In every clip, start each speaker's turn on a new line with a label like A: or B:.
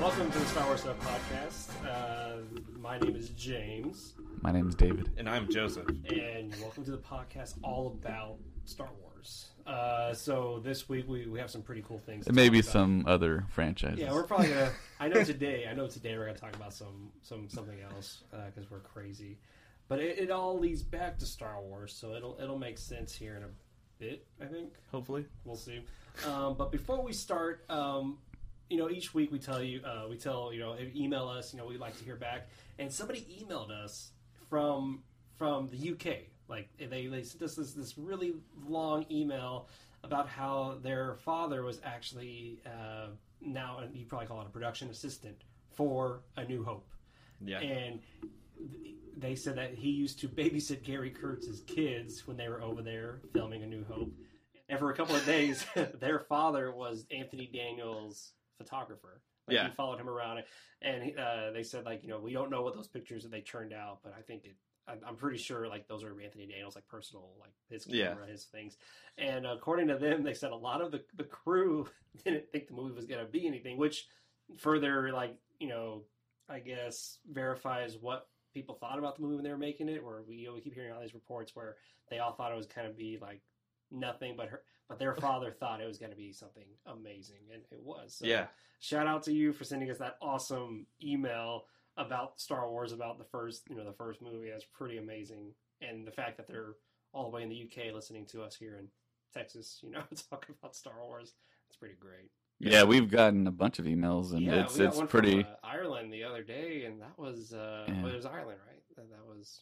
A: Welcome to the Star Wars Stuff Podcast. Uh, my name is James,
B: My name's David.
C: And I'm Joseph.
A: and welcome to the podcast all about Star Wars. Uh, so this week we, we have some pretty cool things. to
B: It may
A: talk
B: be
A: about.
B: some other franchises.
A: Yeah, we're probably gonna. I know today. I know today we're gonna talk about some some something else because we're crazy. But it, it all leads back to Star Wars, so it'll it'll make sense here in a bit. I think.
C: Hopefully,
A: We'll see. Um, but before we start, um, you know, each week we tell you, uh, we tell you know, email us. You know, we'd like to hear back. And somebody emailed us from from the UK. Like they they sent us this this really long email about how their father was actually uh, now and you probably call it a production assistant for A New Hope.
C: Yeah.
A: And th- they said that he used to babysit Gary Kurtz's kids when they were over there filming A New Hope. And for a couple of days, their father was Anthony Daniels' photographer. Like
C: Yeah.
A: he followed him around, and uh, they said like, you know, we don't know what those pictures that they turned out, but I think it. I'm- I'm pretty sure like those are Anthony Daniels' like personal like his
C: Yeah.
A: camera, his things. And according to them, they said a lot of the the crew didn't think the movie was gonna be anything, which further like you know I guess verifies what people thought about the movie when they were making it. Where we, we keep hearing all these reports where they all thought it was kind of be like nothing, but her, but their father thought it was going to be something amazing, and it was. So
C: yeah,
A: Shout out to you for sending us that awesome email about Star Wars, about the first, you know, the first movie. That's pretty amazing, and the fact that they're all the way in the UK listening to us here in Texas, you know, talk about Star Wars. It's pretty great.
B: Yeah, we've gotten a bunch of emails, and it's
A: we got
B: it's
A: one from,
B: pretty.
A: uh, Ireland the other day, and that was uh,
B: Yeah.
A: well, it was Ireland, right? That, that was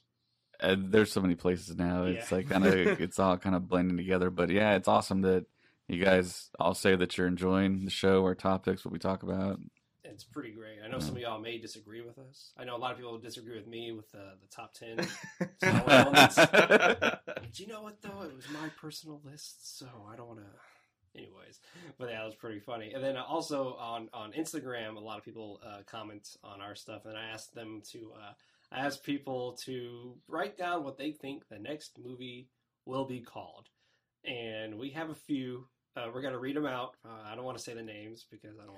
B: uh, there's so many places now. It's
A: Yeah.
B: like kind of it's all kind of blending together. But yeah, it's awesome that you guys all say that you're enjoying the show, our topics, what we talk about.
A: it's pretty great. I know
B: Yeah.
A: some of y'all may disagree with us. I know a lot of people disagree with me with the the top ten. Star Wars elements. But you know what though? It was my personal list, so I don't want to. Anyways, but yeah, that was pretty funny. And then also on on Instagram, a lot of people uh, comment on our stuff, and I asked them to. Uh, I asked people to write down what they think the next movie will be called, and we have a few. Uh, we're gonna read them out. Uh, I don't want to say the names because I don't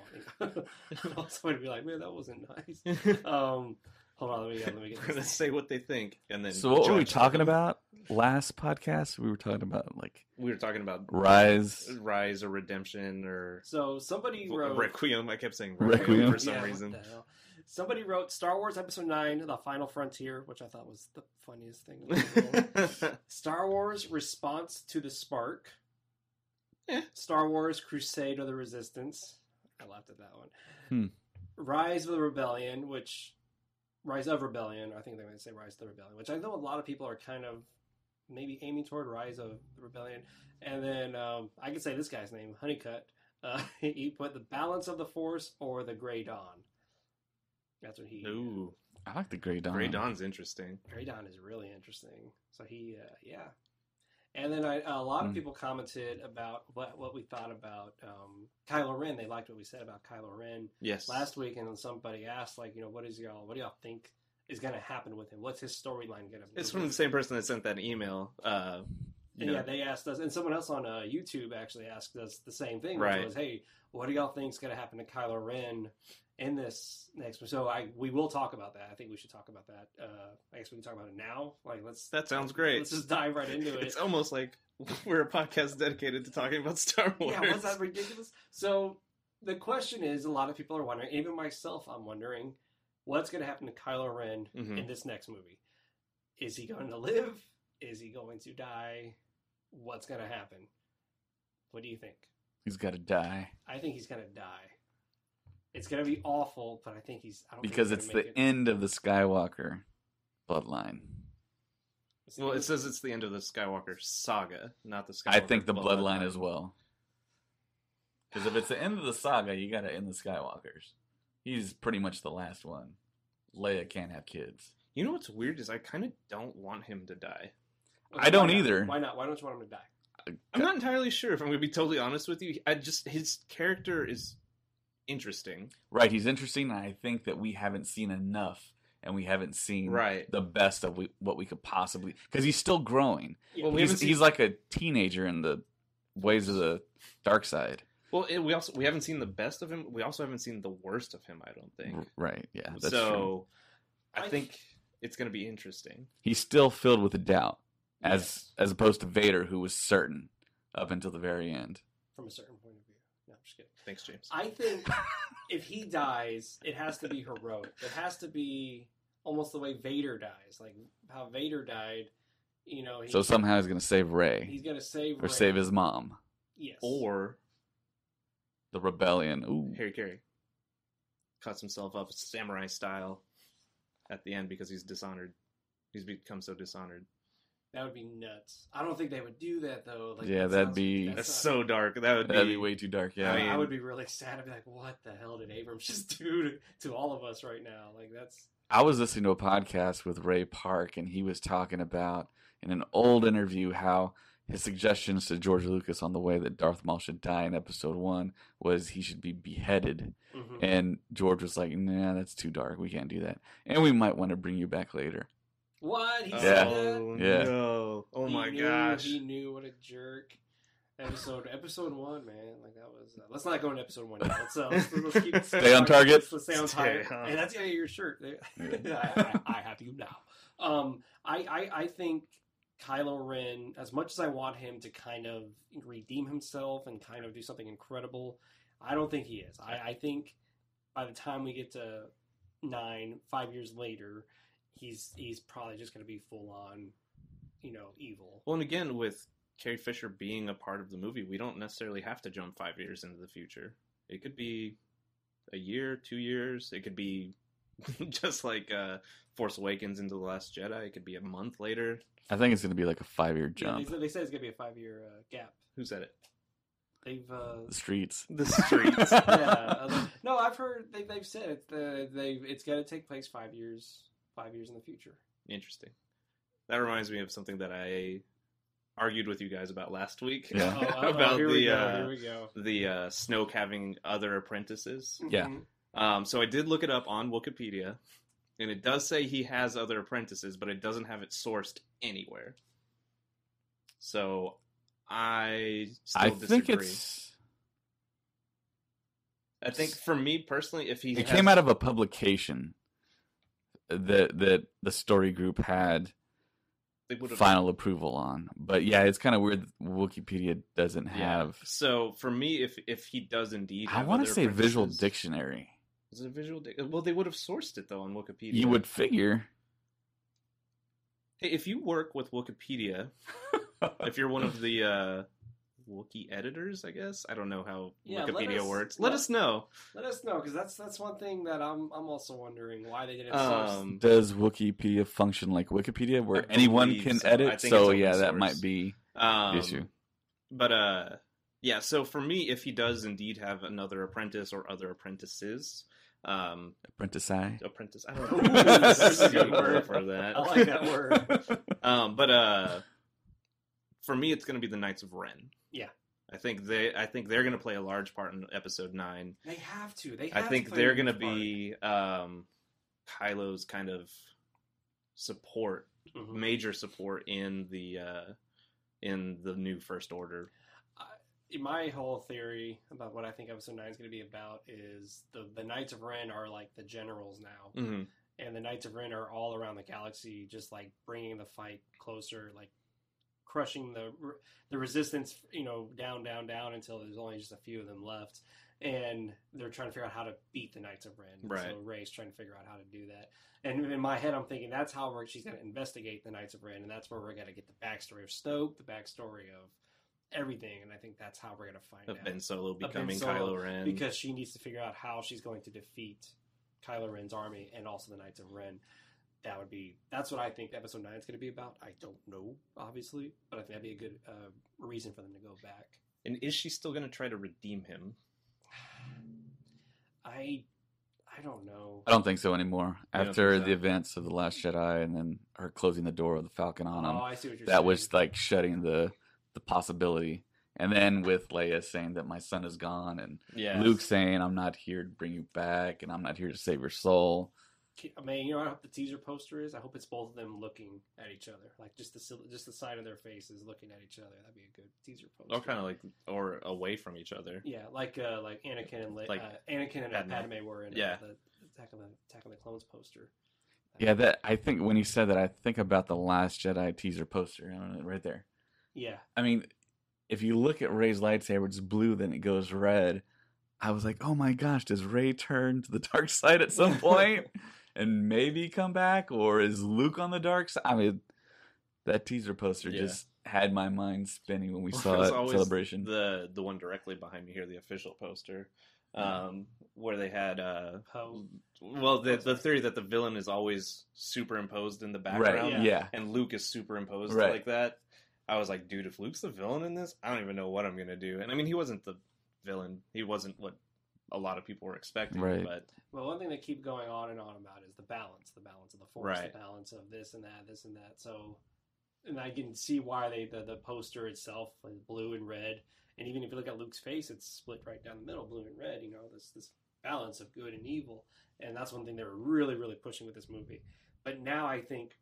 A: want I don't want somebody to be like, "Man, that wasn't nice." Um, hold on, let me let me get
C: Let's
A: this.
C: say what they think, and then
B: So what were we
C: judge
B: talking
C: them.
B: about last podcast? We were talking about like
C: We were talking about
B: Rise.
C: rise or redemption or
A: So somebody wrote
C: requiem. I kept saying
B: Requiem.
C: requiem, for some
A: Yeah, what
C: reason.
A: the hell. Somebody wrote Star Wars Episode 9, The Final Frontier, which I thought was the funniest thing. in the world. Star Wars Response to the Spark.
C: Eh.
A: Star Wars Crusade of the Resistance. I laughed at that one.
B: Hmm.
A: Rise of the Rebellion, which Rise of Rebellion, I think they're going to say Rise of the Rebellion, which I know a lot of people are kind of maybe aiming toward Rise of the Rebellion. And then um, I can say this guy's name, Honeycutt. Uh, he put the balance of the Force or the Grey Dawn. That's what he.
C: Ooh,
B: I like the Grey Dawn.
C: Grey Dawn's interesting.
A: Grey Dawn is really interesting. So he, uh, yeah. And then I, a lot of
B: Mm.
A: people commented about what, what we thought about um, Kylo Ren. They liked what we said about Kylo Ren
C: Yes.
A: last week, and then somebody asked, like, you know, what is y'all, what do y'all think is going to happen with him? What's his storyline going to be?
C: It's from the same person that sent that email. Uh, you
A: And yeah,
C: know,
A: they asked us, and someone else on uh, YouTube actually asked us the same thing, which
C: Right.
A: was, "Hey, what do y'all think's going to happen to Kylo Ren in this next?" one?" So I we will talk about that. I think we should talk about that. Uh, I guess we can talk about it now. Like, let's
C: that sounds great.
A: let's just dive right into it.
C: It's almost like we're a podcast dedicated to talking about Star Wars.
A: yeah, was that ridiculous? So the question is, a lot of people are wondering, even myself, I'm wondering, what's going to happen to Kylo Ren
B: Mm-hmm.
C: Mhm.
A: in this next movie? Is he going to live? Is he going to die? What's going to happen? What do you think?
B: He's got to die
A: I think he's gonna die. It's gonna be awful, but I think he's I don't think
B: because
A: he's
B: it's
A: gonna
B: the
A: make it.
B: end of the Skywalker bloodline.
A: It's the
C: Well,
A: end.
C: it says it's the end of the Skywalker saga, not the Skywalker.
B: I think the bloodline as well. Because if it's the end of the saga, you got to end the Skywalkers. He's pretty much the last one. Leia can't have kids.
C: You know what's weird is I kind of don't want him to die.
A: Okay,
B: I don't
A: why not?
B: either.
A: Why not? Why don't you want him to die?
C: I'm not entirely sure if I'm going to be totally honest with you. I just his character is interesting.
B: Right, he's interesting, and I think that we haven't seen enough, and we haven't seen
C: Right.
B: the best of we, what we could possibly. Because he's still growing.
A: Yeah,
C: Well, we
A: he's-
B: He's,
C: haven't seen-
B: he's like a teenager in the ways of the dark side.
C: Well, it, we also we haven't seen the best of him. We also haven't seen the worst of him. I don't think.
B: Right? Yeah, Mm, that's
C: so
B: true.
C: I
A: I-
C: think it's going to be interesting.
B: He's still filled with doubt, as
A: Yes,
B: as opposed to Vader, who was certain up until the very end.
A: from a certain point of view. No, I'm just kidding.
C: Thanks, James.
A: I think if he dies, it has to be heroic. It has to be almost the way Vader dies, like how Vader died. You know, he,
B: So somehow he's going to save Ray
A: he's gonna save
B: or
A: Rey.
B: save his mom.
A: yes.
C: Or
B: The rebellion. Ooh,
C: Harry Carey cuts himself up samurai style at the end because he's dishonored. He's become so dishonored.
A: that would be nuts. I don't think they would do that though. Like,
B: Yeah,
A: that
B: that'd
A: sounds-
B: be-
C: That's
A: not-
C: so dark. That would be,
B: that'd be way too dark.
A: I,
B: Yeah,
C: mean-
A: I would be really sad. I'd be like, "What the hell did Abrams just do to, to all of us right now?" Like that's
B: I was listening to a podcast with Ray Park, and he was talking about in an old interview how his suggestions to George Lucas on the way that Darth Maul should die in Episode One was he should be beheaded,
A: mhm.
C: Mm-hmm.
B: and George was like, "Nah, that's too dark. We can't do that, and we might want to bring you back later."
A: what he
C: Oh,
A: said. That?
B: Yeah.
C: no. Oh
A: He
C: my
A: knew-
C: gosh.
A: he knew what a jerk. Episode episode one, man. Like that was. Uh, let's not go into episode one. Yet. Let's, uh, let's, let's keep
B: Stay on target.
A: Let's, let's stay on
C: Stay
A: target.
C: on.
A: And that's yeah, your shirt.
B: Yeah.
A: I, I, I have you now. Um, I, I I think Kylo Ren, as much as I want him to kind of redeem himself and kind of do something incredible, I don't think he is. I, I think by the time we get to nine, five years later, he's he's probably just going to be full on, you know, evil.
C: Well, and again, with Carrie Fisher being a part of the movie, we don't necessarily have to jump five years into the future. It could be a year, two years. It could be just like uh, Force Awakens into the Last Jedi. It could be a month later.
B: I think it's going to be like a five-year
A: Yeah,
B: jump.
A: They, said- they said it's going to be a five year uh, gap.
C: Who said it?
A: They've uh,
B: The streets.
C: The streets.
A: yeah. uh, No, I've heard they, they've said it. The, they've it's got to take place five years, five years in the future.
C: Interesting. That reminds me of something that I argued with you guys about last week
B: Yeah.
A: Oh, oh,
C: about
A: here we
C: the
A: go.
C: uh,
A: here we go.
C: the uh, Snoke having other apprentices.
B: Yeah.
A: Mhm.
C: Um, so I did look it up on Wikipedia, and it does say he has other apprentices, but it doesn't have it sourced anywhere. So I still
B: I
C: disagree.
B: think it's.
C: I think for me personally, if he
B: it
C: has-
B: came out of a publication that that the story group had
C: they would've-
B: final approval on. But yeah, it's kind of weird. that Wikipedia doesn't
C: Yeah.
B: have.
C: So for me, if if he does indeed,
B: I
C: have
B: want to
C: other
B: say Visual
C: apprentices-
B: Dictionary.
C: Is it Visual Dic- Well, they would have sourced it though on Wikipedia.
B: You would figure.
C: Hey, if you work with Wikipedia, if you're one of the uh, Wiki editors, I guess I don't know how
A: Yeah, let
C: Wikipedia
A: us-
C: works. Let
A: let-
C: us know.
A: Let us know because that's that's one thing that I'm I'm also wondering why they didn't. source.
C: Um,
B: Does Wikipedia function like Wikipedia, where
C: I
B: anyone
C: believe
B: can
C: so. I
B: edit?
C: think it's
B: So
C: open
B: yeah, that
C: source.
B: might be
C: um,
B: the issue.
C: But uh, yeah. So for me, if he does indeed have another apprentice or other apprentices, um,
B: Apprentice I.
C: apprentice, I don't know. There's a good word for
A: I
C: that.
A: like that word.
C: Um, but uh, for me, it's going to be the Knights of Ren.
A: Yeah.
C: I think they. I think they're going to play a large part in Episode Nine.
A: They have to. They.
C: I
A: Have
C: think
A: to play
C: they're
A: the
C: going to
A: huge part.
C: be um, Kylo's kind of support,
A: Mhm.
C: major support in the uh, in the new First Order.
A: my whole theory about what I think episode nine is going to be about is the the Knights of Ren are like the generals now,
C: Mhm.
A: and the Knights of Ren are all around the galaxy, just like bringing the fight closer, like crushing the re- the resistance, you know, down, down, down until there's only just a few of them left, and they're trying to figure out how to beat the Knights of Ren.
C: Right.
A: So Ray's trying to figure out how to do that, and in my head, I'm thinking that's how we're, she's going to investigate the Knights of Ren, and that's where we're going to get the backstory of Snoke, the backstory of everything, and I think that's how we're gonna find
C: Of
A: out.
C: Ben Solo
A: Ben
C: becoming
A: Solo,
C: Kylo Ren.
A: because she needs to figure out how she's going to defeat Kylo Ren's army and also the Knights of Ren. That would be that's what I think Episode Nine is going to be about. I don't know, obviously, but I think that'd be a good uh, reason for them to go back.
C: and is she still going to try to redeem him?
A: I I don't know.
B: I don't think so anymore.
C: I don't
B: After
C: think so.
B: the events of the Last Jedi, and then her closing the door of the Falcon on him,
A: Oh, I see what you're
B: that was
A: saying.
B: like shutting the the possibility. And then with Leia saying that my son is gone, and
C: Yeah.
B: Luke saying I'm not here to bring you back, and I'm not here to save your soul.
A: I mean, you know, what I hope the teaser poster is. I hope it's both of them looking at each other, like just the sil- just the side of their faces looking at each other. That'd be a good teaser poster.
C: Or kind of like, or away from each other.
A: yeah, like uh, like Anakin and Le-
C: Like
A: uh, Anakin and uh,
C: Padme.
A: Padme were in uh,
C: Yeah.
A: the Attack on the Attack on the Clones poster.
B: Yeah, that I think when he said that, I think about the Last Jedi teaser poster uh, right there.
A: yeah,
B: I mean, if you look at Ray's lightsaber, it's blue, then it goes red. I was like, oh my gosh, does Ray turn to the dark side at some point and maybe come back, or is Luke on the dark side? I mean, that teaser poster
C: Yeah.
B: just had my mind spinning when we
C: Well,
B: saw
C: it's
B: it in
C: always
B: celebration.
C: The the one directly behind me here, the official poster, um, where they had uh,
A: Poe.
C: well, the the theory that the villain is always superimposed in the
B: right?
C: background,
B: Yeah.
A: Yeah.
C: and Luke is superimposed
B: Right.
C: like that. I was like, dude, if Luke's the villain in this, I don't even know what I'm gonna do. And I mean, he wasn't the villain; he wasn't what a lot of people were expecting.
B: Right.
C: But
A: Well, one thing they keep going on and on about is the balance, the balance of the force,
C: Right.
A: the balance of this and that, this and that. So, and I can see why they the, the poster itself is blue and red, and even if you look at Luke's face, it's split right down the middle, blue and red. You know, this this balance of good and evil, and that's one thing they were really really pushing with this movie. But now I think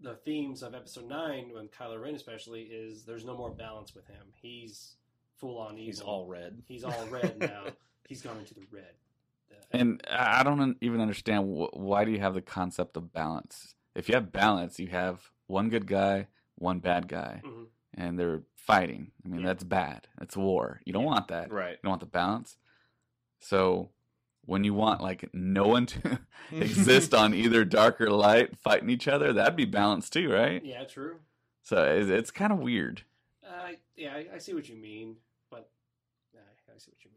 A: the themes of Episode Nine, when Kylo Ren especially, is there's no more balance with him. He's full on evil.
C: he's all red.
A: He's all red now. He's gone into the red. The-
B: And I I don't un- even understand wh- why do you have the concept of balance? If you have balance, you have one good guy, one bad guy,
A: Mhm.
B: and they're fighting. I mean,
A: Yeah.
B: that's bad. That's war. You don't want that.
C: Right.
B: You don't want the balance. So when you want like no one to exist on either dark or light fighting each other, that'd be balance too, right?
A: Yeah, true.
B: So it's, it's kind of weird.
A: Uh, yeah, I, I see what you mean, but uh, I see what you mean.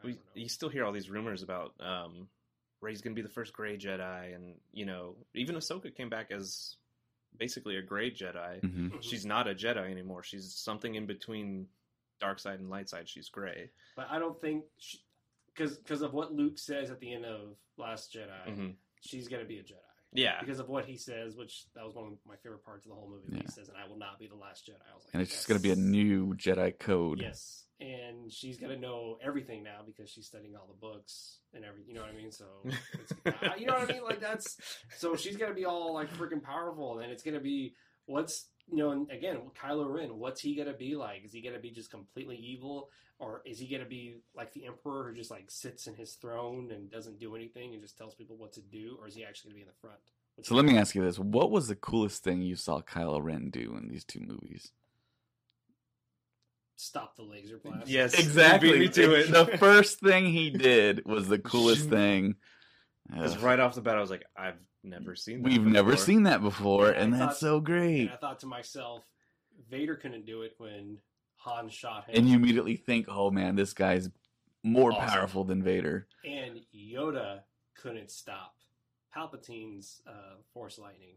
A: I
C: we,
A: don't know.
C: you still hear all these rumors about um, Ray's going to be the first gray Jedi, and you know, even Ahsoka came back as basically a gray Jedi.
B: hmm
A: Mhm.
C: She's not a Jedi anymore. She's something in between dark side and light side. She's gray.
A: but I don't think because because of what Luke says at the end of Last Jedi,
B: Mm-hmm.
C: Mhm.
A: she's gonna be a Jedi
C: Yeah,
A: because of what he says, which that was one of my favorite parts of the whole movie. when
B: Yeah.
A: He says, "And I will not be the last Jedi." I was like,
B: And it's just going to be a
A: "Yes."
B: new Jedi code.
A: Yes, and she's gonna know everything now because she's studying all the books and every. You know what I mean? So, it's, I- you know what I mean? Like that's so she's gonna be all like freaking powerful, and it's gonna be what's you know, and again, Kylo Ren, what's he gonna be like? Is he gonna be just completely evil, or is he gonna be like the Emperor who just like sits in his throne and doesn't do anything and just tells people what to do, or is he actually gonna be in the front?
B: So let me ask you this: What was the coolest thing you saw Kylo Ren do in these two movies?
A: stop the laser blast.
C: Yes,
B: Exactly.
C: you beat me to it.
B: The first thing he did was the coolest thing.
C: because
B: Ugh.
C: right off the bat, I was like, I've never seen. That
B: We've never
C: before.
B: seen that before,
A: Yeah, I
B: and that's
A: thought-
B: so
A: And
B: great.
A: I thought to myself, Vader couldn't do it when Han shot him.
B: And you immediately think, "Oh man, this guy's more
C: Awesome.
B: powerful than Vader."
A: and Yoda couldn't stop Palpatine's uh, Force lightning,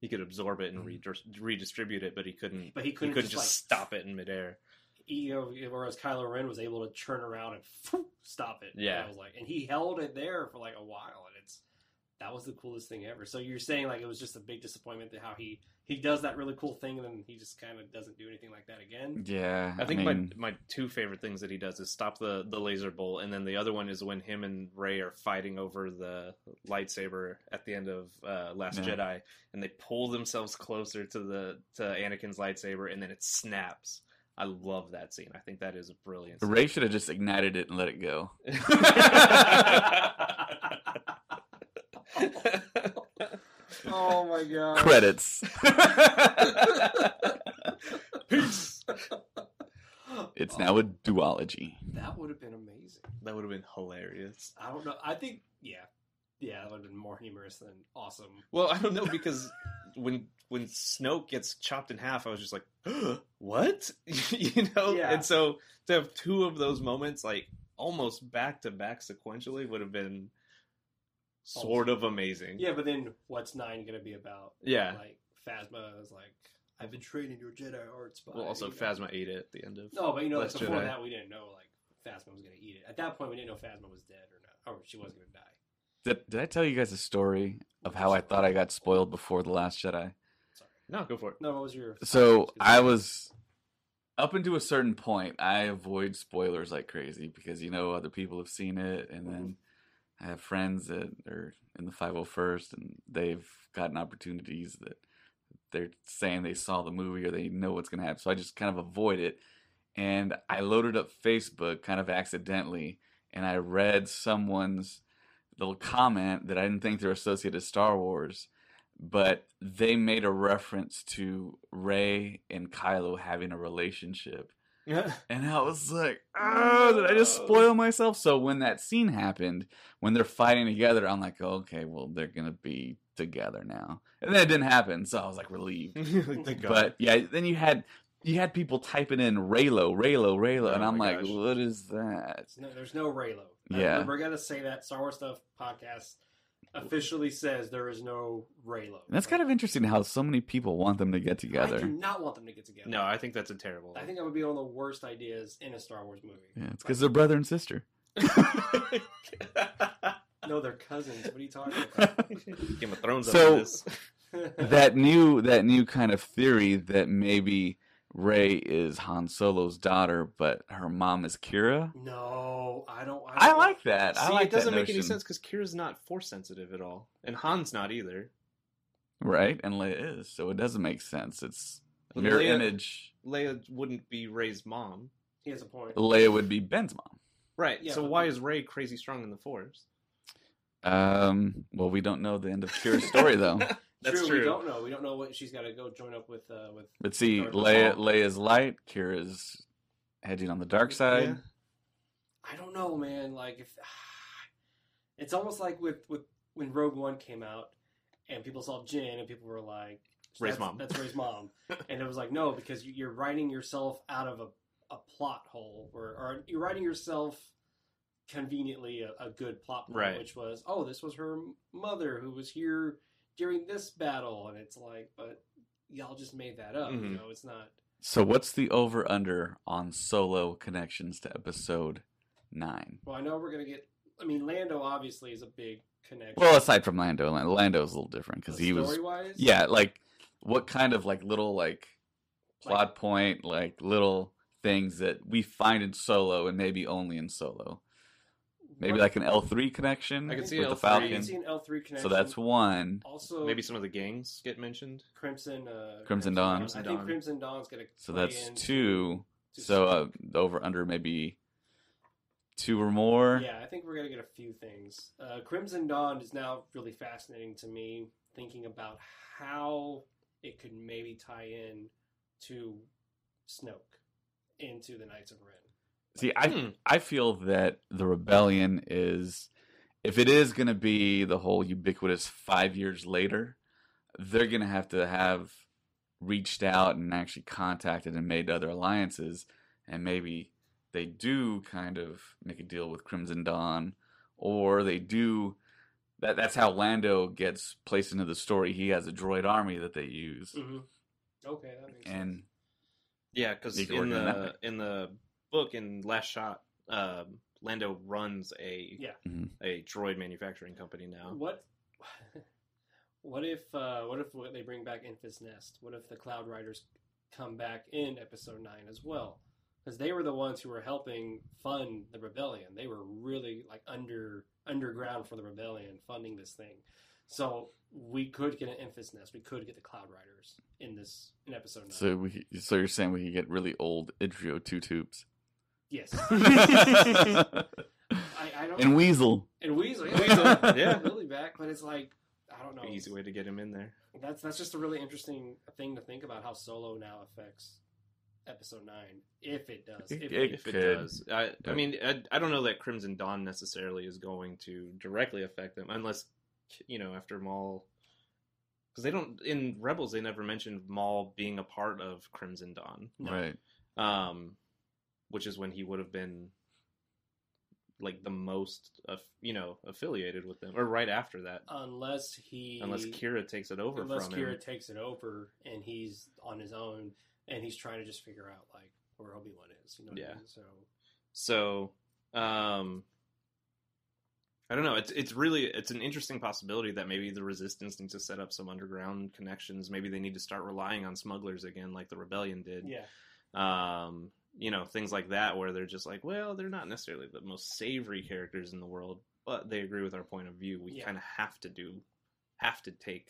C: He could absorb it and
B: Mm.
C: redis- redistribute it, but he couldn't.
A: but he
C: He
A: couldn't,
C: could just,
A: just, like,
C: stop it in midair.
A: You know, E whereas Kylo Ren was able to turn around and phoom, stop it.
C: Yeah.
A: and I was like, and he held it there for like a while, and it's that was the coolest thing ever. So you're saying like it was just a big disappointment that how he he does that really cool thing and then he just kind of doesn't do anything like that again.
B: Yeah,
C: I think
B: mean,
C: my my two favorite things that he does is stop the the laser bolt, and then the other one is when him and Ray are fighting over the lightsaber at the end of uh, Last
B: Yeah.
C: Jedi, and they pull themselves closer to the to Anakin's lightsaber, and then it snaps. I love that scene. I think that is a brilliant. Scene.
B: Ray should have just ignited it and let it go.
A: Oh my god!
B: Credits.
C: Peace.
B: It's now a duology.
A: that would have been amazing.
C: That would have been hilarious.
A: I don't know. I think yeah, yeah, that would have been more humorous than awesome.
C: Well, I don't know because when when Snoke gets chopped in half, I was just like, what? you know?
A: Yeah.
C: And so to have two of those moments, like almost back to back sequentially, would have been sort of amazing.
A: Yeah, but then what's nine gonna be about?
C: Yeah.
A: like Phasma is like, I've been training your Jedi arts. By,
C: Well, also
A: you know.
C: Phasma ate it at the end of.
A: No, but you know, like,
C: Last
A: before
C: Jedi.
A: that, we didn't know like Phasma was gonna eat it. At that point, we didn't know Phasma was dead or not, or she was gonna die.
B: Did, did I tell you guys a story of how I thought I got spoiled before The Last Jedi?
A: Sorry.
C: No, go for it.
A: No, what was your?
B: So I was up until a certain point. I avoid spoilers like crazy because you know other people have seen it, and then I have friends that are in the five hundred first, and they've gotten opportunities that they're saying they saw the movie or they know what's going to happen. So I just kind of avoid it, and I loaded up Facebook kind of accidentally, and I read someone's little comment that I didn't think they were associated with Star Wars but they made a reference to Ray and Kylo having a relationship. And I was like, oh, did I just spoil myself? So when that scene happened, when they're fighting together, I'm like, oh, okay, well, they're going to be together now. And then it didn't happen. So I was like relieved.
C: Thank God.
B: But yeah, then you had. You had people typing in Raylo, Raylo, Raylo, and
C: Oh
B: I'm
C: my
B: like,
C: gosh.
B: what is that?
A: It's no- there's no Raylo. Uh,
B: Yeah.
A: we're gonna say that Star Wars stuff podcast officially says there is no Raylo.
B: And that's kind of interesting how so many people want them to
A: I
B: get
A: do
B: together.
A: not want them to get together.
C: no, I think that's a terrible.
A: I think that would be one of the worst ideas in a Star Wars movie.
B: Yeah, it's because they're brother and sister.
A: No, they're cousins. What are you talking about?
C: Game of Thrones.
B: So-
C: So, this.
B: that new that new kind of theory that maybe Ray is Han Solo's daughter, but her mom is Kira.
A: no, I don't.
B: I
A: don't-
B: like that. I
C: Uh, See,
B: like
C: it doesn't
B: that
C: make any
B: notion.
C: sense because Kira's not force sensitive at all, and Han's not either.
B: right? And Leia is, so it doesn't make sense. It's a
C: Well,
B: mirror
C: Leia-
B: image.
C: Leia wouldn't be Ray's mom,
A: He has a point.
B: Leia would be Ben's mom.
C: right?
A: Yeah,
C: so
A: but-
C: why is Ray crazy strong in the force?
B: Um, well, we don't know the end of Kira's story though.
C: That's
A: We
C: true.
A: don't know. We don't know what she's got to go join up with. Uh, with
B: But see,
A: Dark
B: Leia
A: Maul.
B: Leia's light, Kira's hedging on the dark side.
C: Yeah.
A: I don't know, man. Like if it's almost like with with when Rogue One came out and people saw Jin and people were like,
C: Rey's
A: "That's-
C: mom."
A: That's Ray's mom," and it was like, "No, because you- you're writing yourself out of a, a plot hole, or, or you're writing yourself." Conveniently, a, a good plot point,
C: Right.
A: which was, oh, this was her mother who was here during this battle, and it's like, but y'all just made that up. You
C: Mhm.
A: know, it's not.
B: So, what's the over under on Solo connections to Episode Nine?
A: Well, I know we're gonna get. I mean, Lando obviously is a big connection.
B: Well, aside from Lando, Lan- Lando's a little different because
A: Uh,
B: he was,
A: story-wise?
B: yeah, like what kind of like little like
A: Like-
B: plot point, like little things that we find in Solo and maybe only in Solo. Maybe
A: What-
B: like an L three connection
C: I can see
B: with
C: an
B: the
C: L3.
A: I
B: Falcon.
A: can see an L three connection.
B: So that's one.
A: also
C: Maybe some of the gangs get mentioned.
A: Crimson uh,
B: Crimson Dawn.
A: I
C: Crimson
A: think
C: Dawn.
A: Crimson Dawn's gonna.
B: So
A: play
B: that's
A: in
B: two.
A: to
B: So uh,
A: Snoke.
B: the over under maybe two or more.
A: yeah, I think we're gonna get a few things. Uh, Crimson Dawn is now really fascinating to me, thinking about how it could maybe tie in to Snoke into the Knights of Ren.
B: See, I
C: Hmm.
B: I feel that the rebellion is, if it is going to be the whole ubiquitous five years later, they're going to have to have reached out and actually contacted and made other alliances, and maybe they do kind of make a deal with Crimson Dawn, or they do. That that's how Lando gets placed into the story. He has a droid army that they use,
C: Mm-hmm.
A: Mhm. Okay, that makes
B: and
C: Yeah, because
B: You could
C: in
B: work on
C: the
B: that.
C: in the book in Last Shot, um, Lando runs a
A: Yeah.
B: Mhm.
C: a droid manufacturing company now.
A: sense. What? What if? Uh, what if they bring back Infus Nest? What if the Cloud Riders come back in Episode Nine as well? Because they were the ones who were helping fund the rebellion. They were really like under underground for the rebellion, funding this thing. So we could get an Infus Nest. We could get the Cloud Riders in this in Episode Nine.
B: so we so you're saying we could get really old Idrio two tubes.
A: yes,
B: and
A: I, I don't.
B: Weasel.
A: and Weasel,
C: Weasel,
A: yeah,
C: yeah.
A: really back. But it's like I don't know.
C: Easy way to get him in there.
A: That's that's just a really interesting thing to think about how Solo now affects Episode Nine, if it does. If
B: It-
A: it,
C: if
B: could,
C: it does. I, I
B: but-
C: mean, I, I don't know that Crimson Dawn necessarily is going to directly affect them, unless you know after Maul. because they don't in Rebels they never mentioned Maul being a part of Crimson Dawn,
A: No.
B: Right.
C: um, which is when he would have been like the most aff you know affiliated with them, or right after that,
A: Unless he
C: unless Kira takes it over
A: unless
C: from
A: Kira
C: him.
A: takes it over and he's on his own and he's trying to just figure out like where Obi Wan is. You know what I
C: Yeah.
A: mean? So
C: So, um, I don't know. It's it's really it's an interesting possibility that maybe the resistance needs to set up some underground connections. Maybe they need to start relying on smugglers again, like the rebellion did.
A: yeah,
C: um, you know, things like that, where they're just like, well, they're not necessarily the most savory characters in the world, but they agree with our point of view. We
A: Yeah.
C: kind of have to do, have to take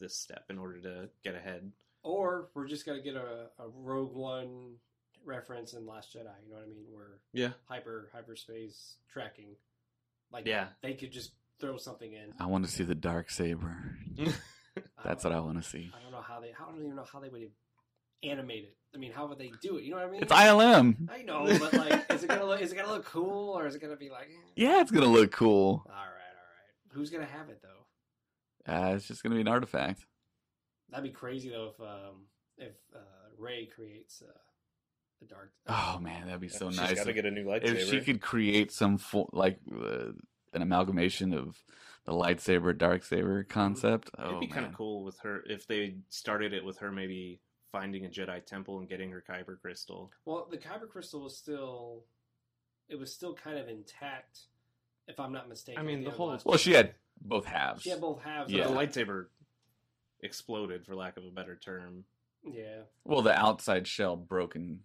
C: this step in order to get ahead.
A: or we're just gonna get a, a Rogue One reference in Last Jedi. You know what I mean? Where
C: Yeah,
A: hyper hyperspace tracking, like
C: Yeah.
A: they could just throw something in.
B: I want to see the dark saber. That's what I
A: don't-
B: want to see.
A: I don't know how they. I don't even know how they would animate it. I mean, how would they do it? You know what I mean?
B: It's ILM.
A: I know, but like, is it gonna look? Is it gonna look cool, or is it gonna be like? eh?
B: Yeah, it's gonna look cool.
A: All right, all right. Who's gonna have it though?
B: Uh, it's just gonna be an artifact.
A: That'd be crazy though if um if uh, Ray creates uh, the dark. uh,
B: Oh man, that'd be so
C: She's
B: nice.
C: gotta
B: if-
C: get a new lightsaber.
B: if she could create some fo- like uh, an amalgamation of the lightsaber dark saber concept oh
C: It'd be kind
B: man.
C: of cool with her if they started it with her maybe finding a Jedi temple and getting her Kyber crystal.
A: Well, the Kyber crystal was still, it was still kind of intact, if I'm not mistaken.
C: I mean,
A: at
C: the
A: end of
C: whole-
A: last
B: well
A: one.
B: she had both halves
A: she had both halves.
C: But
B: Yeah.
C: the lightsaber exploded, for lack of a better term.
A: yeah,
B: well the outside shell broken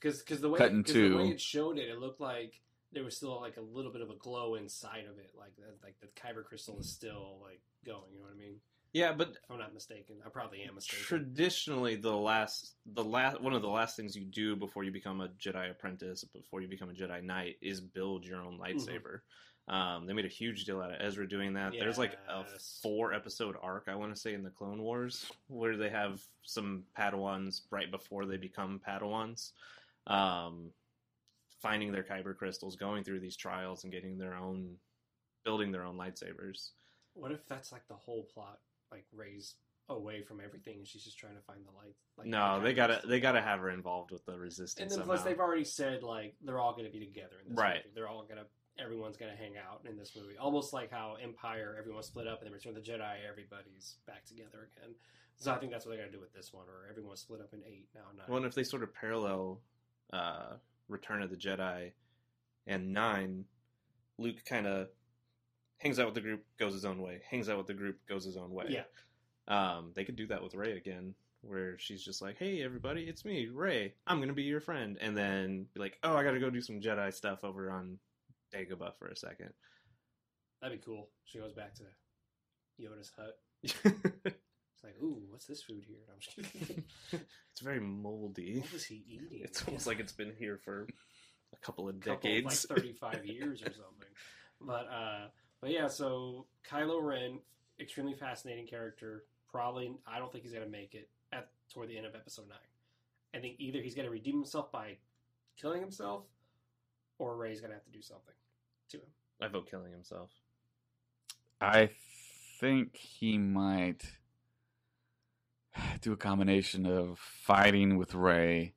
A: because because the way
B: Cut in
A: 'cause the way
B: two.
A: it showed it, it looked like there was still like a little bit of a glow inside of it, like that- like the Kyber crystal is still like going. You know what I mean?
C: Yeah, but
A: If I'm not mistaken, I probably am mistaken.
C: traditionally the last the last one of the last things you do before you become a jedi apprentice before you become a jedi knight is build your own
A: Mm-hmm.
C: lightsaber um, they made a huge deal out of ezra doing that there's like a
A: Yes.
C: four episode arc i want to say in the clone wars where they have some padawans right before they become padawans um, finding their kyber crystals going through these trials and getting their own building their own lightsabers
A: What if that's like the whole plot, like Ray's away from everything and she's just trying to find the light? Like,
C: no
A: the
C: they gotta
A: catalyst?
C: they gotta have her involved with the
A: And
C: resistance
A: then plus
C: somehow.
A: they've already said like they're all gonna be together in this
C: Right.
A: movie. They're all gonna everyone's gonna hang out in this movie, almost like how Empire everyone split up and then Return of the Jedi everybody's back together again. So I think that's what they're gonna do with this one, or everyone's split up in eight now nine.
C: Well, and if they sort of parallel uh, Return of the Jedi and Nine, Luke kind of hangs out with the group, goes his own way. Hangs out with the group, goes his own way.
A: Yeah,
C: Um, they could do that with Ray again, where she's just like, "Hey, everybody, it's me, Ray. I'm gonna be your friend," and then be like, "Oh, I gotta go do some Jedi stuff over on Dagobah for a second.
A: that'd be cool. She goes back to Yoda's hut. It's like, ooh, what's this food here? I'm just kidding.
C: it's very moldy.
A: what was he eating?
C: It's almost like it's been here for a couple of
A: couple,
C: decades.
A: like 35 years or something. But uh, but yeah, so Kylo Ren, extremely fascinating character. Probably, I don't think he's gonna make it at toward the end of Episode Nine. I think either he's gonna redeem himself by killing himself, or Ray's gonna have to do something to him.
C: I vote killing himself.
B: i think he might do a combination of fighting with ray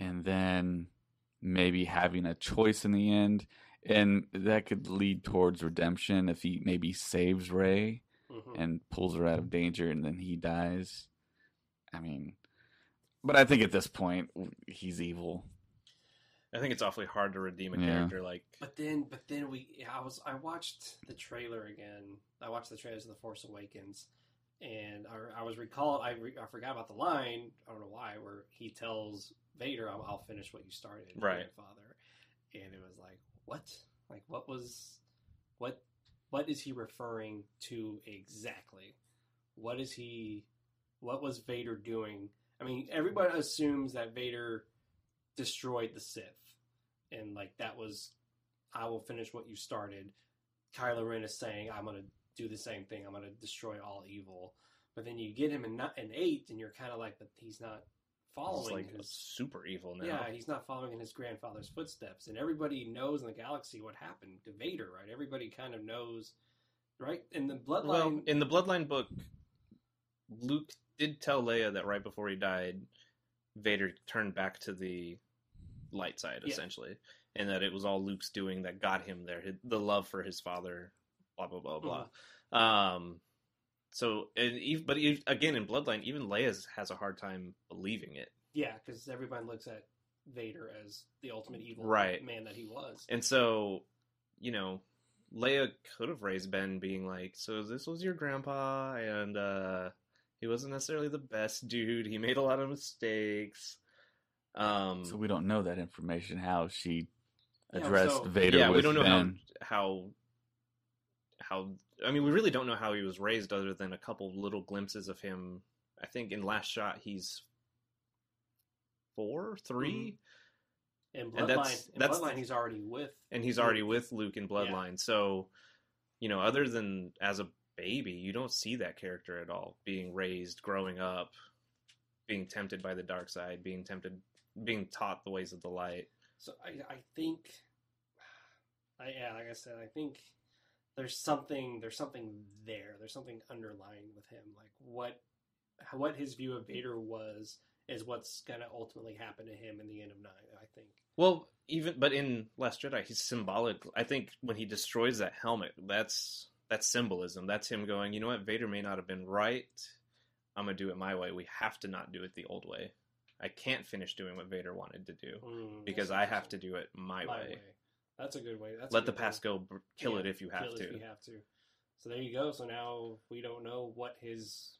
B: and then maybe having a choice in the end and that could lead towards redemption if he maybe saves ray
A: Mhm.
B: and pulls her out of danger and then he dies i mean but i think at this point w- he's evil
C: I think it's awfully hard to redeem a
B: Yeah.
C: character like
A: But then, but then we, yeah, I was, I watched the trailer again. I watched the trailers of The Force Awakens, and I, I was recall, I, re, I forgot about the line. I don't know why, where he tells Vader, "I'll, I'll finish what you started,
C: Right.
A: Father," and it was like, what? Like, what was, what, what is he referring to exactly? What is he? What was Vader doing? I mean, everybody assumes that Vader destroyed the Sith, and like that was I will finish what you started. Kylo Ren is saying, I'm going to do the same thing. I'm going to destroy all evil. But then you get him in, ni- in eight, and you're kind of like, but he's not
C: he's
A: following
C: like
A: his.
C: super evil now.
A: Yeah, he's not following in his grandfather's footsteps. And everybody knows in the galaxy what happened to Vader, right? Everybody kind of knows, right? In the bloodline.
C: well, in the Bloodline book, Luke did tell Leia that right before he died, Vader turned back to the light side
A: Yeah.
C: essentially, and that it was all Luke's doing that got him there. hi- The love for his father, blah blah blah
A: Mm-hmm.
C: blah. Um, so and ev but ev again in Bloodline, even Leia has a hard time believing it.
A: Yeah, because everybody looks at Vader as the ultimate evil
C: Right.
A: man that he was.
C: And so, you know, Leia could have raised Ben being like, so this was your grandpa, and uh, he wasn't necessarily the best dude. He made a lot of mistakes. Um,
B: So we don't know that information. How she
A: Yeah,
B: addressed
A: so-
B: Vader?
C: yeah, we
B: with
C: don't know
B: Ben.
C: how how how. I mean, we really don't know how he was raised, other than a couple little glimpses of him. I think in Last Shot, he's four, 3
B: Mm-hmm.
A: And Bloodline,
C: and that's-
A: in
C: that's-
A: Bloodline he's already with.
C: and he's already with Luke in Bloodline. So, you know, other than as a baby, you don't see that character at all being raised, growing up, being tempted by the dark side, being tempted, being taught the ways of the light.
A: So I, I think, I, yeah, like I said, I think there's something, there's something there, there's something underlying with him, like what, what his view of Vader was is what's gonna ultimately happen to him in the end of nine. I think.
C: Well, even but in Last Jedi, he's symbolic. I think when he destroys that helmet, that's that's symbolism. That's him going, you know what, Vader may not have been right. I'm gonna do it my way. We have to not do it the old way. I can't finish doing what Vader wanted to do
A: Mm,
C: because
A: that's
C: I have to
A: interesting.
C: do it my,
A: My
C: way.
A: way. That's a good way. That's a
C: let the
A: good way.
C: past go br- kill
A: Yeah,
C: it if you have
A: kill
C: to
A: If you have to. So there you go. So now we don't know what his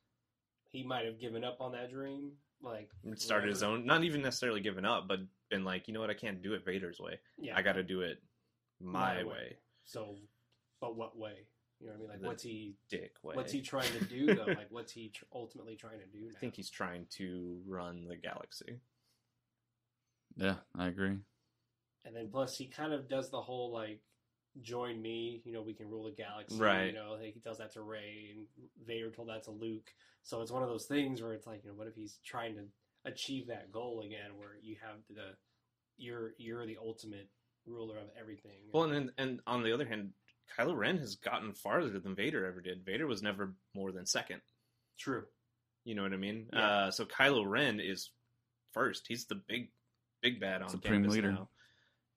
A: he might have given up on that dream. Like
C: And started his
A: whatever.
C: own not even necessarily giving up but been like you know what i can't do it vader's way
A: Yeah,
C: i gotta do it my,
A: My
C: way.
A: way. So, but what way? You know what I mean? Like
C: The
A: what's he
C: dick way
A: what's he trying to do though? like what's he tr- ultimately trying to do? Now?
C: i think he's trying to run the galaxy
B: Yeah, I agree.
A: and then plus he kind of does the whole like join me you know we can rule the galaxy
C: Right.
A: you know like he tells that to ray and vader told that to luke so it's one of those things where it's like you know what if he's trying to achieve that goal again where you have the you're you're the ultimate ruler of everything
C: well and then- and on the other hand kylo ren has gotten farther than vader ever did vader was never more than second
A: true
C: you know what i mean
A: Yeah.
C: uh so kylo ren is first he's the big big bad on
B: Supreme
C: campus
B: leader.
C: now.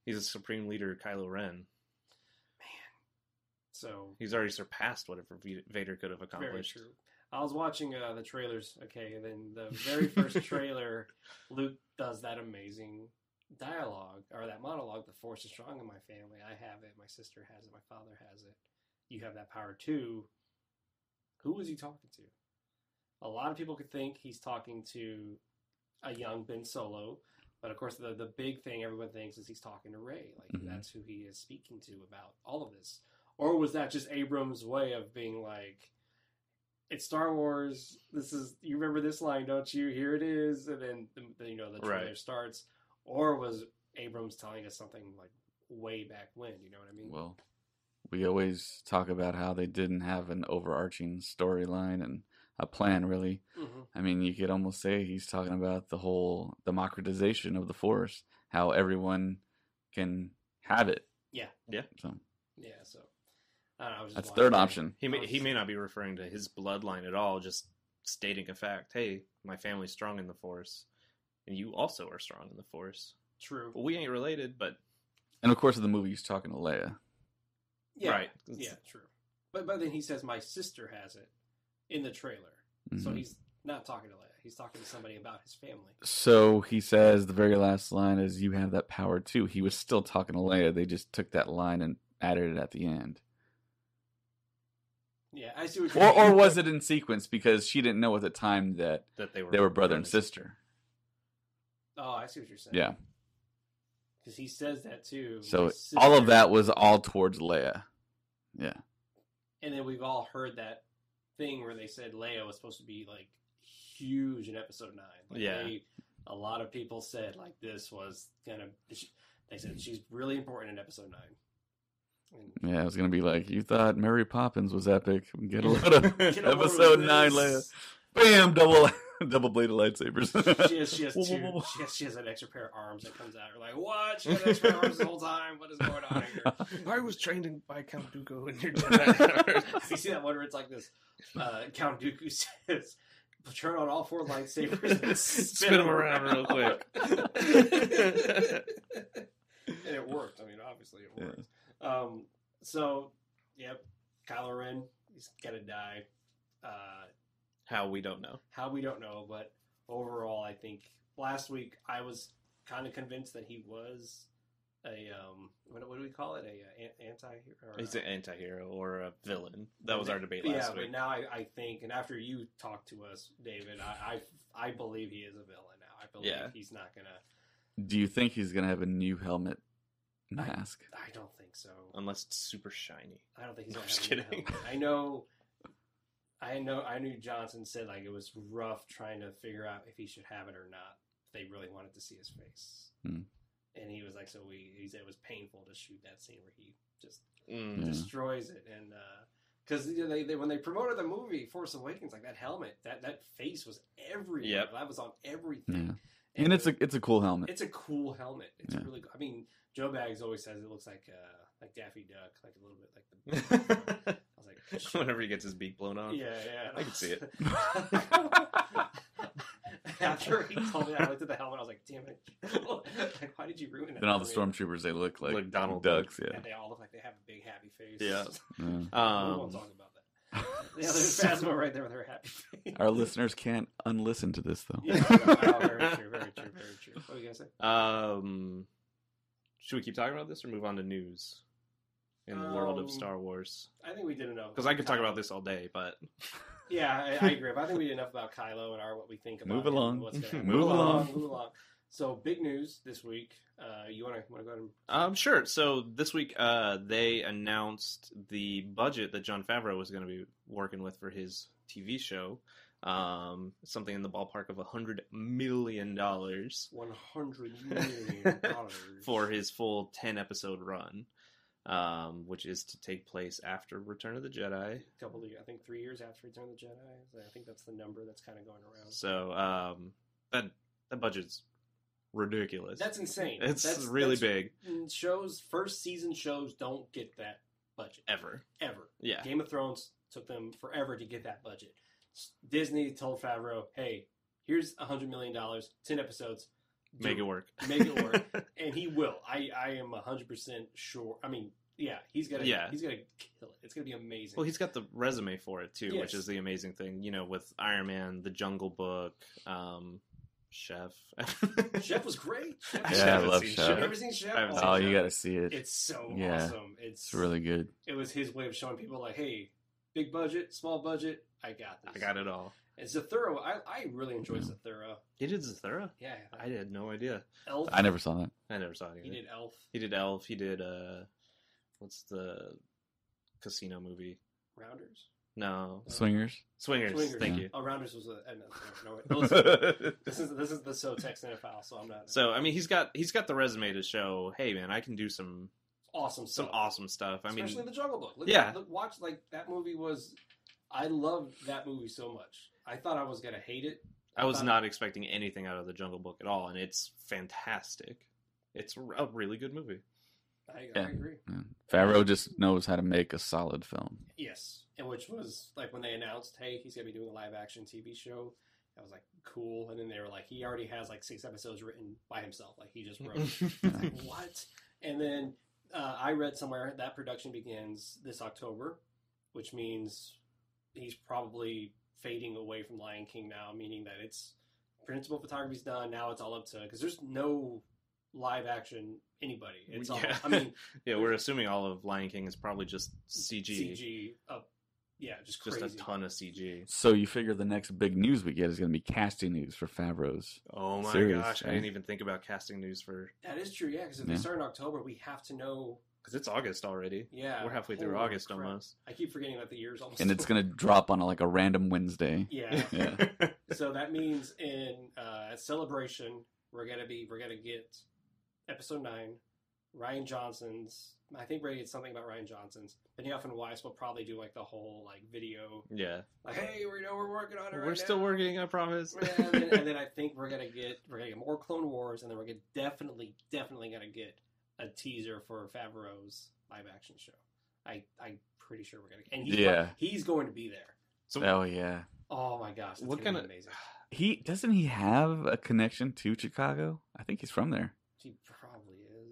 C: he's a supreme leader kylo ren
A: so
C: he's already surpassed whatever V- Vader could have
A: very
C: accomplished.
A: true i was watching uh, the trailers okay and then the very first trailer luke does that amazing dialogue or that monologue the force is strong in my family i have it my sister has it my father has it you have that power too who was he talking to a lot of people could think he's talking to a young ben solo but of course the, the big thing everyone thinks is he's talking to ray like
C: Mm-hmm.
B: Mhm.
A: that's who he is speaking to about all of this or was that just abrams way of being like it's star wars this is you remember this line don't you here it is and then, then you know the trailer
C: Right.
A: starts or was Abrams telling us something like way back when? You know what I mean?
B: Well, we always talk about how they didn't have an overarching storyline and a plan, really.
A: Mhm.
B: I mean, you could almost say he's talking about the whole democratization of the Force, how everyone can have it.
A: Yeah.
C: Yeah.
B: So
A: yeah. So I don't know, I was just
B: that's
A: watching
B: third
A: that.
B: option.
C: He may,
A: Nice.
C: he may not be referring to his bloodline at all, just stating a fact. Hey, my family's strong in the Force, and you also are strong in the Force.
A: True.
C: Well, we ain't related, but
B: And of course, in the movie, he's talking to Leia.
A: Yeah,
C: right,
A: Yeah, true. But but then he says my sister has it in the trailer, so
B: Mhm.
A: he's not talking to Leia. He's talking to somebody about his family.
B: So he says the very last line is, "You have that power too." He was still talking to Leia. They just took that line and added it at the end.
A: Yeah, I see what.
B: Or, or
A: mean.
B: was it in sequence because she didn't know at the time that
C: that they were
B: they were brother and sister?
A: Oh, I see what you're saying.
B: Yeah.
A: because he says that too. my
B: So
A: sister-
B: all of that was all towards Leia. Yeah.
A: and then we've all heard that thing where they said Leia was supposed to be like huge in Episode Nine. Like,
C: Yeah.
A: they- a lot of people said like this was gonna. They said she's really important in Episode Nine. And
B: Yeah, I was gonna be like, you thought Mary Poppins was epic. Get a load of
A: Get a load of
B: episode nine, Leia.
A: this.
B: Bam, double double bladed lightsabers.
A: She has, she has
B: Whoa,
A: two.
B: whoa, whoa, whoa.
A: She has, she has an extra pair of arms that comes out. You're like, what? She had an extra arms the whole time. What is going on here?
C: I was trained in, by Count Dooku and your
A: you see that one where it's like this. Uh, Count Dooku says, turn on all four lightsabers and
C: Spin them around real quick.
A: and it worked. I mean, obviously it worked. Um, so, yep, Kylo Ren, he's gonna die. Uh,
C: How we don't know.
A: how we don't know, but overall, I think last week I was kind of convinced that he was a um, what, what do we call it? A, a anti. or,
C: He's
A: uh,
C: an anti-hero or a villain. That was our debate
A: yeah,
C: last
A: but
C: week.
A: now I, I think, and after you talked to us, David, I, I I believe he is a villain now. I believe
C: Yeah.
A: he's not gonna.
B: Do you think he's gonna have a new helmet mask?
A: I don't think so.
C: Unless it's super shiny.
A: I don't think he's
C: I'm
A: gonna
C: just
A: have any
C: kidding.
A: help. I know. I know. I knew Johnson said like it was rough trying to figure out if he should have it or not. They really wanted to see his face,
B: Hmm.
A: and he was like, "So we." He said it was painful to shoot that scene where he just
C: Mm.
B: Yeah.
A: destroys it, and because they, they when they promoted the movie Force Awakens, like that helmet, that that face was everywhere.
C: Yep.
A: That was on
B: Yeah.
A: everything,
B: And it's a it's a cool helmet.
A: it's a cool helmet. It's
B: Yeah.
A: really. I mean, Joe Bags always says it looks like uh like Daffy Duck, like a little bit like the. I was like, "Shit."
C: Whenever he gets his beak blown off.
A: Yeah, yeah.
C: I can see it.
A: After he told me, that, I looked at the helmet. I was like, "Damn it! like, why did you ruin it?"
B: Then all
A: for
B: the
A: me?"
B: stormtroopers they look like,
C: Like Donald
B: ducks.
A: and they all look like they have a big happy face.
C: Yeah.
B: Yeah.
A: we won't
C: Um,
A: talk about that. Yeah, there's Phasma right there with her happy face.
B: Our listeners can't unlisten to this though.
A: yeah, wow, very true, very true, very true. What were you gonna say?
C: um, should we keep talking about this or move on to news in the world
A: Um,
C: of Star Wars?
A: I think we did enough
C: Because I could talk about this all day, but
A: Yeah, I, I agree. But I think we did enough about Kylo and our what we think about
B: Move
A: him and
B: along.
A: what's gonna happen.
B: Move along.
A: Move along. So big news this week. Uh, you wanna wanna go ahead and
C: Um, sure. So this week, uh, they announced the budget that John Favreau was going to be working with for his TV show. Um, something in the ballpark of a hundred million dollars
A: one hundred million dollars
C: for his full ten episode run, um, which is to take place after Return of the Jedi.
A: couple of I think three years after Return of the Jedi. I think that's the number that's kind of going around.
C: So um, that that budget's ridiculous.
A: That's insane.
C: it's
A: that's,
C: really
A: that's-
C: big
A: Shows first season shows don't get that budget
C: ever.
A: ever.
C: Yeah.
A: Game of Thrones took them forever to get that budget. S- Disney told Favreau, "Hey, here's a hundred million dollars, ten episodes, Do
C: Make it work.
A: Make it work. and he will. I I am hundred percent sure. I mean, yeah, he's gonna
C: Yeah.
A: he's gonna kill it. It's gonna be amazing.
C: Well, he's got the resume for it too,
A: Yes.
C: which is the amazing thing. You know, with Iron Man, The Jungle Book, um, Chef.
A: Chef was great. Chef
C: I
A: was
B: Yeah, I
C: haven't
A: great.
B: love
C: seen
B: Chef.
A: Have you ever seen Chef?
C: I haven't seen
B: Oh, you
C: Chef.
B: gotta see it.
A: It's so
B: Yeah.
A: awesome. It's,
B: It's really good.
A: it was his way of showing people like, hey, big budget, small budget, I got this.
C: I got it all.
A: It's a thorough. I, I really enjoy
B: Yeah.
A: Zathura.
C: He did Zathura.
A: Yeah,
C: I had no idea.
A: Elf.
B: I never saw that.
C: I never saw any.
A: He
C: of it.
A: did Elf.
C: He did Elf. He did uh, what's the casino movie?
A: Rounders.
C: No,
B: Swingers.
C: Swingers.
A: Swingers.
C: Thank
B: Yeah.
C: you.
A: Oh, Rounders was a. No, no, no, this is this is the so text NFL, so I'm not
C: so I mean, he's got he's got the resume to show. Hey, man, I can do some
A: awesome.
C: some
A: stuff.
C: awesome stuff. I mean,
A: especially the Jungle Book. Look,
C: Yeah.
A: look, watch like that movie was. I loved that movie so much. I thought I was gonna hate it.
C: I was
A: thought-
C: not expecting anything out of the Jungle Book at all, and it's fantastic. It's a really good movie.
A: I, I
B: Yeah.
A: agree.
B: Yeah. Favreau just knows how to make a solid film.
A: Yes, and which was like when they announced, "Hey, he's gonna be doing a live action TV show." I was like, "Cool," and then they were like, "He already has like six episodes written by himself. Like he just wrote." It's like, what? And then uh, I read somewhere that production begins this October, which means he's probably fading away from Lion King now, meaning that it's principal photography's done. Now it's all up to because there's no live action anybody. It's all
C: Yeah.
A: I mean
C: yeah, we're assuming all of Lion King is probably just CG,
A: CG up, yeah, just
C: just
A: crazy.
C: a ton of CG.
B: So you figure the next big news we get is going to be casting news for Favreau's.
C: Oh my
B: Serious,
C: gosh, I
B: eh?
C: didn't even think about casting news for
A: That is true, yeah. Because if they
B: Yeah.
A: start in October, we have to know.
C: because it's August already.
A: Yeah,
C: we're halfway through
A: holy
C: August
A: crap.
C: almost.
A: I keep forgetting that the year's almost.
B: And it's going to drop on like a random Wednesday.
A: yeah.
B: Yeah.
A: so that means in uh, celebration we're gonna be we're gonna get episode nine ryan johnson's i think we're gonna get something about ryan johnson's benioff and weiss will probably do like the whole like video
C: Yeah,
A: like hey we know we're working on it
C: we're
A: right
C: still
A: now.
C: working. I promise.
A: Yeah, and, then, and then i think we're gonna get we're gonna get more clone wars and then we're gonna definitely definitely gonna get a teaser for favreau's live action show i i'm pretty sure we're gonna and he's,
B: Yeah.
A: he's going to be there
C: so
B: Oh yeah.
A: Oh my gosh, that's
C: What
A: gonna
C: kinda-
A: be amazing?
B: He doesn't he have a connection to Chicago? I think he's from there.
A: She probably is.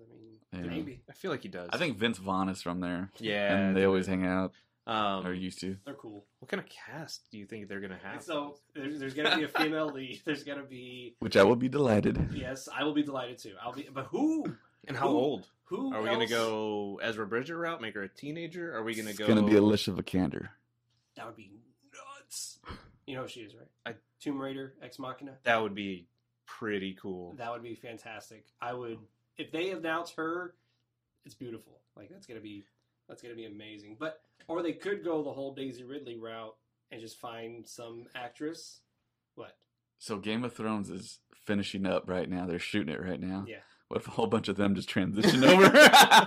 A: I mean,
B: Yeah.
A: maybe
C: I feel like he does.
B: I think Vince Vaughn is from there.
C: Yeah.
B: and they
C: dude.
B: always hang out
C: um,
B: or used to.
A: they're cool.
C: What kind of cast do you think they're gonna have?
A: So there's, there's gonna be a female lead. There's gonna be
B: Which I will be delighted.
A: yes, I will be delighted too. I'll be, but who?
C: and how
A: who-
C: old
A: Who
C: are we gonna
A: else-
C: go? Ezra Bridger route, make her a teenager? Are we gonna
B: it's
C: go?
B: gonna be Alicia Vikander.
A: That would be nuts. You know who she is, right?
C: I-
A: Tomb Raider, Ex Machina.
C: that would be pretty cool.
A: That would be fantastic. I would if they announce her, it's beautiful. Like that's gonna be that's gonna be amazing. But or they could go the whole Daisy Ridley route and just find some actress. What?
B: So Game of Thrones is finishing up right now. They're shooting it right now.
A: Yeah.
B: What if a whole bunch of them just transition over?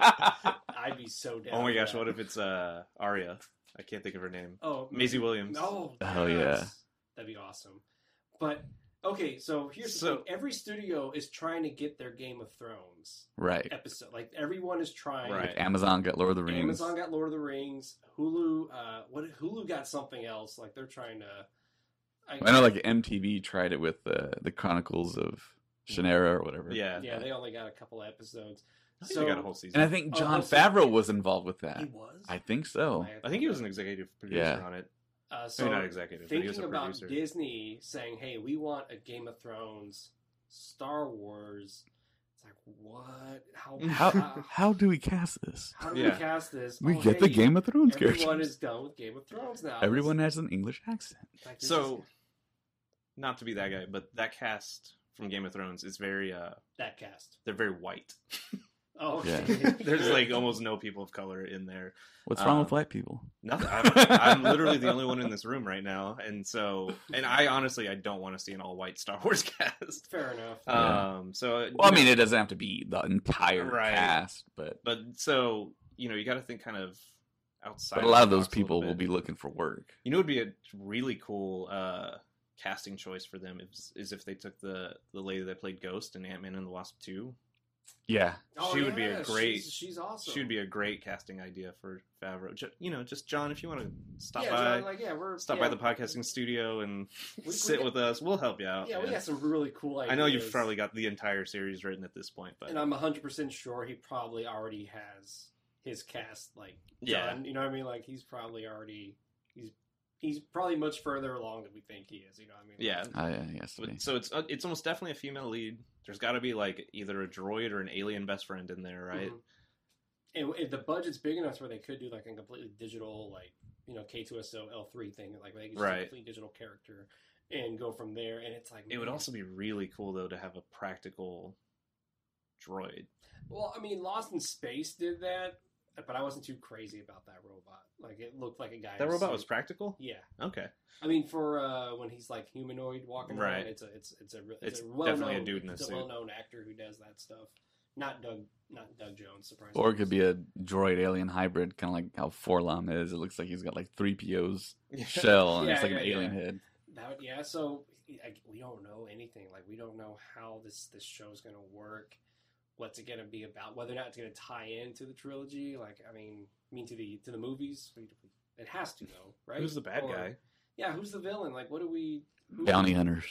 A: I'd be so down.
C: oh my
A: for
C: gosh,
A: that.
C: what if it's uh Arya? I can't think of her name.
A: Oh
C: Maisie Williams.
A: Oh,
B: Oh,
A: yes. That'd be awesome. But okay, so here's the
C: So-
A: thing. every studio is trying to get their Game of Thrones
B: right.
A: episode. Like everyone is trying.
C: Right.
B: Like Amazon got Lord of the Rings.
A: Amazon got Lord of the Rings. Hulu, uh, what Hulu got something else. Like they're trying to.
B: I know, like MTV tried it with the the Chronicles of Shannara or whatever.
C: Yeah.
A: yeah, they only got a couple of episodes.
C: I think
A: So
C: they got a whole season.
B: and
C: I
B: I
C: think,
B: think
A: Oh,
B: John
A: also-
B: Favreau was involved with that.
A: he was.
B: I think so.
C: he was an executive producer
B: Yeah.
C: on it.
A: Uh, so
C: Maybe not executive, but he was
A: thinking
C: a
A: about
C: producer.
A: Disney saying, "Hey, we want a Game of Thrones, Star Wars." It's like, what? How?
B: Mm, How
A: how,
B: how do we cast this?
A: how do we
C: Yeah.
A: cast this?
B: We
A: Uh, Oh,
B: get the
A: hey,
B: Game of Thrones
A: Everyone
B: characters.
A: is done with Game of Thrones now.
B: Everyone has an English accent.
A: Like, this
C: So
A: is-
C: not to be that guy, but that cast from Game of Thrones is very uh
A: that cast.
C: they're very white.
A: Oh, okay.
B: Yeah.
C: There's like almost no people of color in there.
B: What's wrong
C: Um,
B: with white people?
C: Nothing. I'm, I'm literally the only one in this room right now, and so and I honestly I don't want to see an all white Star Wars cast.
A: fair enough.
B: Yeah.
C: Um. So
B: Well, I
C: you know,
B: mean, it doesn't have to be the entire
C: Right.
B: cast, but
C: but so you know you got to think kind of outside.
B: but a lot
C: the
B: of those
C: box a little
B: people will
C: bit.
B: be looking for work.
C: You know, would be a really cool uh, casting choice for them is, is if they took the the lady that played Ghost in Ant Man and the Wasp two.
B: Yeah,
A: Oh,
C: she would be a
A: yeah,
C: great-
A: She's, she's awesome.
C: She would be a great casting idea for Favreau. Ju- you know, just John, if you want to stop
A: yeah,
C: by,
A: John, like, yeah, we're
C: stop
A: yeah,
C: by the podcasting studio and
A: We- we
C: sit
A: got-
C: with us, we'll help you out.
A: Yeah, we
C: man.
A: got some really cool ideas.
C: I know you've probably got the entire series written at this point, but
A: and uh, I'm 100 percent sure he probably already has his cast like
C: Yeah.
A: done. You know what I mean? Like he's probably already he's he's probably much further along than we think he is. You know what I mean?
C: yeah.
B: I, I guess.
C: But- So it's uh, it's almost definitely a female lead. There's got to be like either a droid or an alien best friend in there, right?
A: Mhm. And if the budget's big enough where they could do like a completely digital, like you know K2SO L3 thing, like where they could just do a
C: Right.
A: completely digital character and go from there. And it's like
C: It would
A: man,
C: also be really cool though to have a practical droid.
A: Well, I mean, Lost in Space did that, but I wasn't too crazy about that robot. Like it looked like a guy. in
C: That
A: a
C: robot
A: suit.
C: was practical.
A: Yeah,
C: Okay,
A: I mean, for uh, when he's like humanoid walking around,
C: Right.
A: it's a it's it's a re-
C: It's
A: a
C: definitely
A: well-known,
C: a dude in a
A: it's
C: suit.
A: a well-known actor who does that stuff. Not Doug, not Doug Jones. Surprise.
B: Or it could be a droid alien hybrid, kind of like how Forlom is. It looks like he's got like three PO's shell, and
A: Yeah,
B: it's like
A: yeah,
B: an alien head.
A: That would- yeah. So I, we don't know anything. Like we don't know how this this show's gonna work. What's it gonna be about? Whether or not it's gonna tie into the trilogy? Like I mean, I mean to the to the movies. We- It has to though, right?
C: Who's the bad
A: Or-
C: guy?
A: Yeah, who's the villain? Like, what do we? Who,
B: Bounty hunters.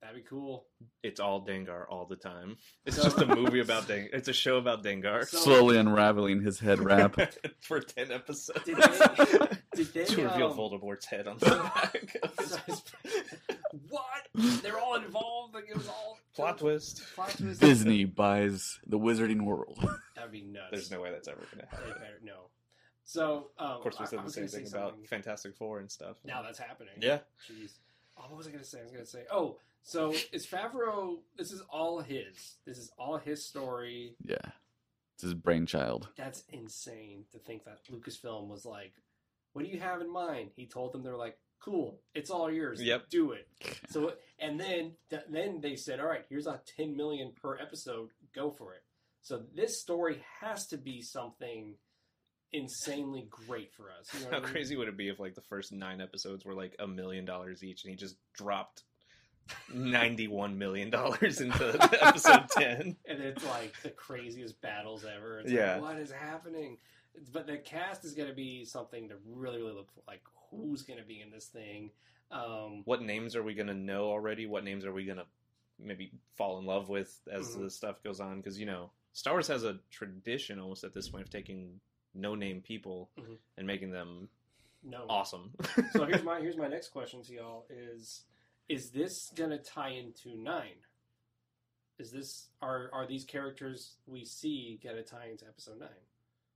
A: That'd be cool.
C: It's all Dengar all the time. It's
A: So-
C: just a movie about Dengar. It's a show about Dengar
A: So-
B: Slowly unraveling his head wrap.
C: for ten episodes
A: Did they- Did they
C: to reveal
A: um,
C: Voldemort's head on the back. of his-
A: What? They're all involved. Like it was all
C: Plot twist.
A: Plot twist.
B: Disney buys the Wizarding World.
A: That'd be nuts.
C: There's no way that's ever going to
A: They
C: happen.
A: better no. So um,
C: Of course, we
A: I-
C: said
A: I
C: the
A: was
C: same
A: gonna say
C: thing about
A: something.
C: Fantastic Four and stuff.
A: now that's happening.
C: Yeah.
A: Jeez. Oh, what was I gonna say? I was gonna say. Oh, so is Favreau? This is all his. This is all his story.
B: Yeah, it's his brainchild.
A: That's insane to think that Lucasfilm was like, "What do you have in mind?" He told them they're like, "Cool, it's all yours.
C: Yep.
A: do it." So and then th- then they said, "All right, here's a 10 million per episode. Go for it." So this story has to be something insanely great for us. You know what
C: How
A: I mean?
C: crazy would it be if like the first nine episodes were like a million dollars each, and he just dropped ninety-one million dollars into episode ten?
A: And it's like the craziest battles ever. It's
C: Yeah.
A: like, what is happening? But the cast is going to be something to really, really look for. Like, who's going to be in this thing? Um,
C: what names are we going to know already? What names are we going to maybe fall in love with as
A: Mhm.
C: the stuff goes on? Because, you know, Star Wars has a tradition almost at this point of taking no name people
A: Mhm.
C: and making them
A: no.
C: awesome.
A: so here's my here's my next question to y'all is is this gonna tie into nine? Is this are are these characters we see gonna tie into episode nine?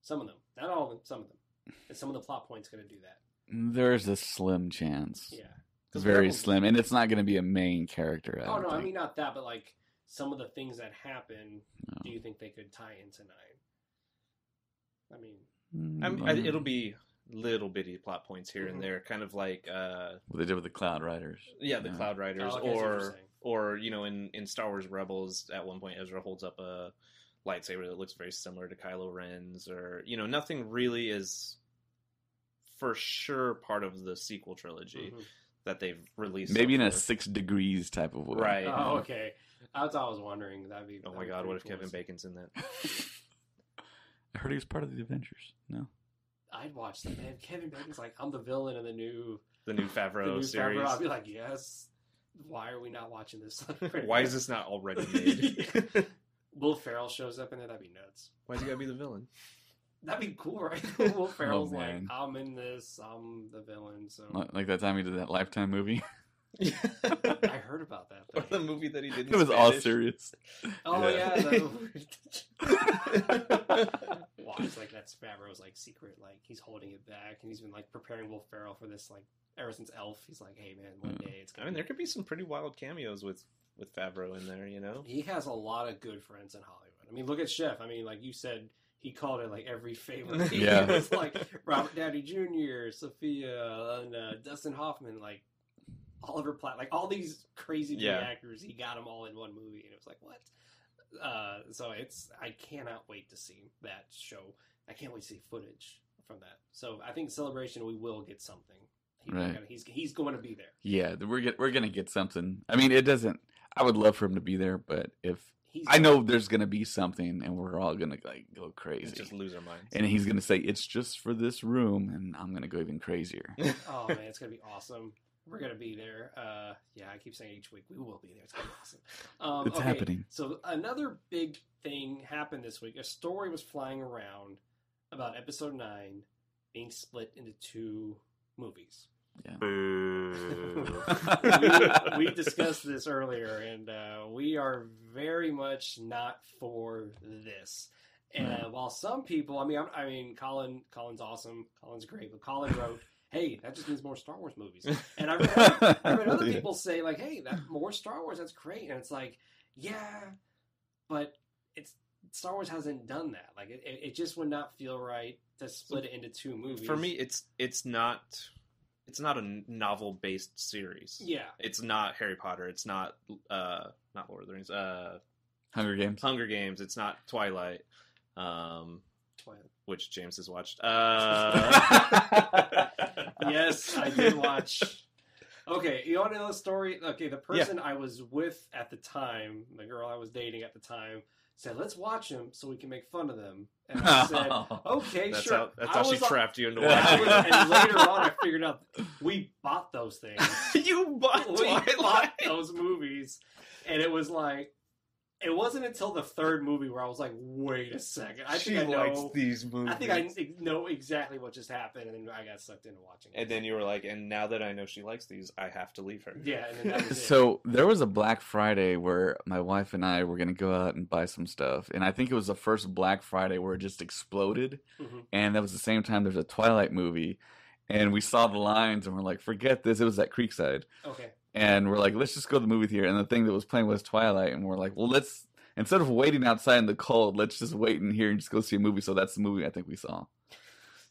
A: Some of them, not all of them, some of them, and some of the plot points gonna do that.
B: There's a slim chance.
A: Yeah. 'Cause
B: Very
A: Rebels-
B: slim, and it's not going to be a main character. I
A: Oh
B: don't
A: no, I
B: think.
A: mean not that, but like some of the things that happen.
B: No.
A: Do you
C: Hmm.
A: think they could tie into nine? I mean,
B: Mm,
C: I'm, I,
B: don't
C: it'll
B: know.
C: be little bitty plot points here
A: Mhm.
C: and there, kind of like, uh,
B: what they did with the Cloud Riders.
C: yeah, the
B: Yeah.
C: Cloud Riders,
A: Oh, okay, I see what you're
C: or
A: saying.
C: or you know, in in Star Wars Rebels, at one point Ezra holds up a lightsaber that looks very similar to Kylo Ren's, or you know, nothing really is for sure part of the sequel trilogy
A: mhm.
C: that they've released. so
B: Maybe in a
C: far.
B: six degrees type of way.
C: Right.
A: Oh, okay. That's what I was wondering. That'd be.
C: Oh
A: that'd
C: my
A: be
C: God!
A: pretty
C: What if
A: cool
C: Kevin
A: to see.
C: Bacon's in that?
B: I heard he was part of the Avengers. No.
A: I'd watch that. Man, Kevin Bacon's like, I'm the villain in the new
C: The new
A: the
C: Favreau
A: new
C: series.
A: Favreau. I'd be like, yes. Why are we not watching this? right
C: Why
A: now?
C: is this not already made?
A: Will Ferrell shows up in there? That'd be nuts.
C: Why's he gotta be the villain?
A: That'd be cool, right?
C: Oh,
A: Will Ferrell's like,
B: man.
A: I'm in this. I'm the villain. So
B: Li- Like that time he did that Lifetime movie.
A: I heard about that.
C: or the
A: Though.
C: movie that he did.
B: it
C: in
B: was all
C: Spanish.
B: serious.
A: Oh yeah,
B: Yeah.
A: that- watch like that's Favreau's like secret. Like he's holding it back, and he's been like preparing Will Ferrell for this like ever since Elf. He's like, hey man, one
B: Mm.
A: day it's
C: I
A: gonna. be
C: mean, there could be some pretty wild cameos with with Favreau in there, you know.
A: He has a lot of good friends in Hollywood. I mean, look at Chef. I mean, like you said, he called it like every favorite.
B: Yeah.
A: it was like Robert Downey Jr., Sophia, and uh, Dustin Hoffman, like Oliver Platt, like all these crazy big
C: Yeah.
A: actors. He got them all in one movie, and it was like what? Uh, so it's I cannot wait to see that show. I can't wait to see footage from that. So I think Celebration we will get something. He-
B: Right.
A: He's he's going to be there.
B: Yeah, th- we're get, we're gonna get something. I mean, it doesn't. I would love for him to be there, but if
A: He's
B: I know there's gonna be something, and we're all gonna like go
C: We
B: crazy,
C: Just lose our minds.
B: and he's gonna say it's just for this room, and I'm gonna go even crazier.
A: Oh man, it's gonna be awesome. We're gonna be there. Uh, yeah, I keep saying each week we will be there. It's gonna be awesome. Um,
B: It's
A: okay,
B: happening.
A: So another big thing happened this week. A story was flying around about episode nine being split into two movies. we, we discussed this earlier, and uh, we are very much not for this. And uh, while some people, I mean, I'm, I mean, Colin, Colin's awesome, Colin's great, but Colin wrote, "Hey, that just means more Star Wars movies." And I read, I read other
B: Yeah.
A: people say like, "Hey, that more Star Wars, that's great," and it's like, yeah, but it's Star Wars hasn't done that. Like, it, it it just would not feel right to split it into two movies
C: For me, it's it's not it's not a novel based series.
A: Yeah,
C: It's not Harry Potter. It's not uh not Lord of the Rings. Uh,
B: Hunger Games.
C: Hunger Games. It's not Twilight. Um,
A: Twilight.
C: which James has watched. Uh...
A: yes, I did watch. Okay, you want to know the story? Okay, the person I was with at the time, the girl I was dating at the time, said, "Let's watch them so we can make fun of them." And I said, "Okay,
C: That's
A: sure."
C: how that's
A: I
C: how she
A: was on-
C: trapped you into
A: I was-
C: watching.
A: and later on, I figured out we bought those things.
C: it. you bought
A: we
C: Twilight.
A: bought those movies, and it was like. It wasn't until the third movie where I was like, "Wait a second, I
C: she
A: think I
C: likes
A: know."
C: these movies.
A: I think I know exactly what just happened, and then I got sucked into watching. it.
C: And then you were like, and now that I know she likes these, I have to leave her.
A: Yeah, and then that was it.
B: So there was a Black Friday where my wife and I were gonna go out and buy some stuff, and I think it was the first Black Friday where it just exploded,
A: Mhm.
B: and that was the same time there's a Twilight movie, and we saw the lines and we're like, forget this. It was at Creekside,
A: okay,
B: and we're like, let's just go to the movie theater. And the thing that was playing was Twilight, and we're like, well, let's instead of waiting outside in the cold, let's just wait in here and just go see a movie. So that's the movie I think we saw.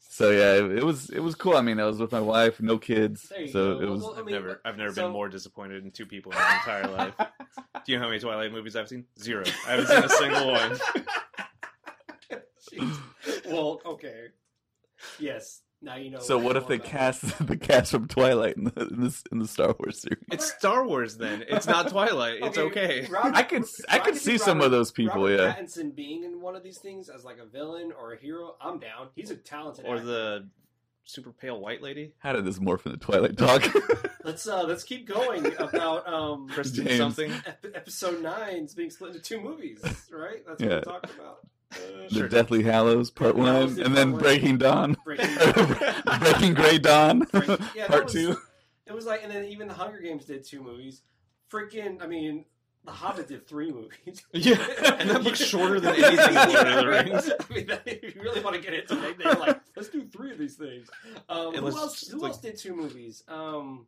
B: So yeah, it, it was it was cool. I mean, I was with my wife, no kids,
A: There you
B: so
A: go.
B: it was
A: Well, I
C: I've
A: mean,
C: never, I've never
A: so-
C: been more disappointed in two people in my entire life. Do you know how many Twilight movies I've seen? Zero. I haven't seen a single one.
A: Jeez. well, okay, yes. Now you know.
B: So what if
A: all
B: they
A: about it.
B: cast the cast from Twilight in the in, this, in the Star Wars series?
C: It's Star Wars. Then it's not Twilight. It's okay.
A: Robert-
B: I could I
A: Robert-
B: could see some of those people.
A: Robert
B: Yeah,
A: Pattinson being in one of these things as like a villain or a hero. I'm down. He's a talented.
C: Or
A: actor.
C: the super pale white lady,
B: How did this morph into Twilight talk?
A: Let's uh let's keep going about um
C: Kristen
B: James.
C: something.
A: ep- episode nine's being split into two movies, right? That's
B: Yeah.
A: what we're talking about. Uh,
B: the
C: Sure.
B: Deathly Hallows Part
A: Yeah, that was
B: One,
A: it,
B: and then
A: Part One.
B: Breaking Dawn,
A: Breaking
B: Breaking Gray Dawn,
A: Break- yeah, that
B: Part
A: was-
B: Two.
A: It was like, and then even the Hunger Games did two movies. Freaking, I mean, the Hobbit did three movies.
C: Yeah, and that looks shorter than anything in Lord of the Rings.
A: I mean, that- if you really want to get into it, they're like, let's do three of these things. Um,
C: It
A: who
C: was
A: else?
C: just
A: Who
C: like-
A: else did two movies? Um,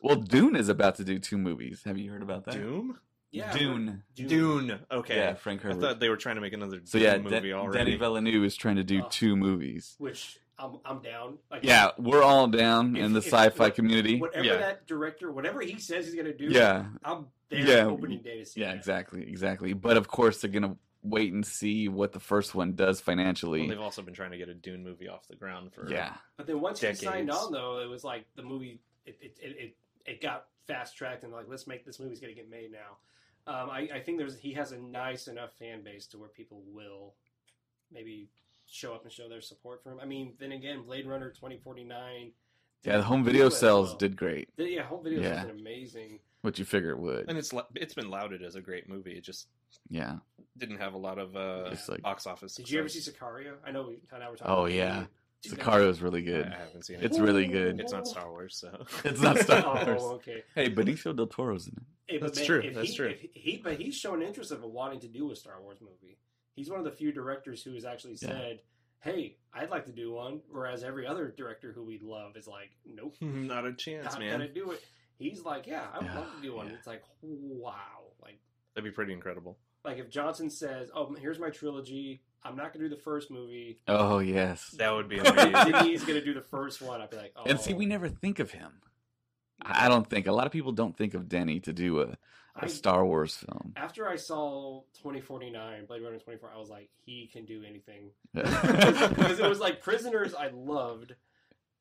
B: Well, Dune is about to do two movies. Have you heard about that?
C: Doom?
A: yeah,
B: Dune.
A: Dune.
C: Dune. Okay.
B: Yeah, Frank
C: I
B: Herbert.
C: thought they were trying to make another
B: so yeah,
C: Dune movie
B: De-
C: already.
B: Danny Villeneuve is trying to do
A: Oh.
B: two movies.
A: which I'm I'm down. Like,
B: Yeah, we're all down in the
A: If- if-
B: sci-fi community.
A: whatever
C: Yeah.
A: that director, whatever he says he's gonna do,
B: Yeah,
A: I'm there
B: Yeah.
A: opening day to see.
B: yeah,
A: that.
B: exactly, exactly. But of course, they're gonna wait and see what the first one does
C: Well,
B: financially.
C: they've also been trying to get a Dune movie off the ground for
B: yeah,
A: But then once he signed
C: decades.
A: on, though, it was like the movie it it, it, it, it got fast tracked and like let's make this movie's gonna get made now. Um, I, I think there's he has a nice enough fan base to where people will maybe show up and show their support for him. I mean, then again, Blade Runner 2049. did
B: yeah. The home video
A: do as
B: sales
A: well.
B: did great.
A: The- yeah, home video
B: Yeah.
A: sales did amazing.
B: What you figure it would.
C: And it's lo- it's been lauded as a great movie. It just
B: yeah.
C: didn't have a lot of uh,
B: It's like-
C: box office.
A: Did you ever see
C: success.
A: Sicario? I know we now we're talking.
B: Oh
A: about
B: yeah.
A: Did you guys-
B: Sicario's really
C: I,
B: good.
C: I haven't seen it.
B: It's really good.
C: It's not Star Wars, so
B: It's not Star Wars.
A: Oh, okay.
B: Hey, Benicio del Toro's in it.
A: Hey, but
C: That's true,
A: If
C: that's
A: he,
C: true.
A: If he, but he's shown interest of wanting to do a Star Wars movie. He's one of the few directors who has actually
B: Yeah.
A: said, "Hey, I'd like to do one," whereas every other director who we love is like, "Nope,
C: not a chance,
A: not
C: man.
A: gonna do it." He's like, "Yeah, I would
B: Hmm. Yeah,
A: love to do one."
B: yeah.
A: It's like, wow, like
C: That'd be pretty incredible.
A: like if Johnson says, "Oh, here's my trilogy. I'm not gonna do the first movie.
B: Oh yes.
C: That would be amazing.
A: Disney's gonna do the first one." I'd be like, "Oh,
B: And see, we never think of him. I I don't think a lot of people don't think of Denny to do a,
A: I-
B: a Star Wars film.
A: After I saw 2049, Blade Runner 24, I was like, he can do anything. because it was like prisoners I loved.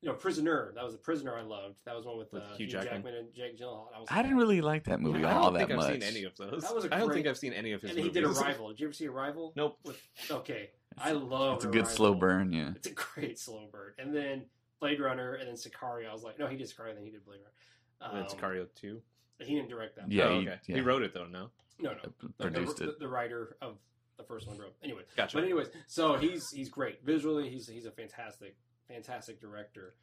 A: You know, prisoner. That was a prisoner I loved. That was one with,
C: With
A: uh,
C: Hugh
A: Hugh
C: Jackman.
A: Jackman. and Jake Gyllenhaal. And I was
B: I didn't really like that movie
A: Yeah, I
B: all
C: I don't
B: that
C: think
B: much.
C: I've seen any of those.
A: That was a
C: I don't
A: great-
C: think I've seen any of his.
A: And he did
C: movies.
A: Arrival. Did you ever see Arrival?
C: Nope.
A: With okay, I love.
B: it's a good slow
A: Arrival.
B: burn, yeah.
A: It's a great slow burn. And then Blade Runner, and then Sicario. I was like, no, he did Sicario, then he did Blade Runner. Um,
C: It's Sicario two.
A: He didn't direct that.
B: Yeah,
C: Oh,
B: he-
C: okay.
B: yeah.
C: He wrote it though. No.
A: No, no.
B: I p-
A: The- the-
B: Produced
A: the,
B: it.
A: the writer of the first one wrote. Anyway.
C: Gotcha.
A: But anyways, so he's he's great visually. He's he's a fantastic fantastic director.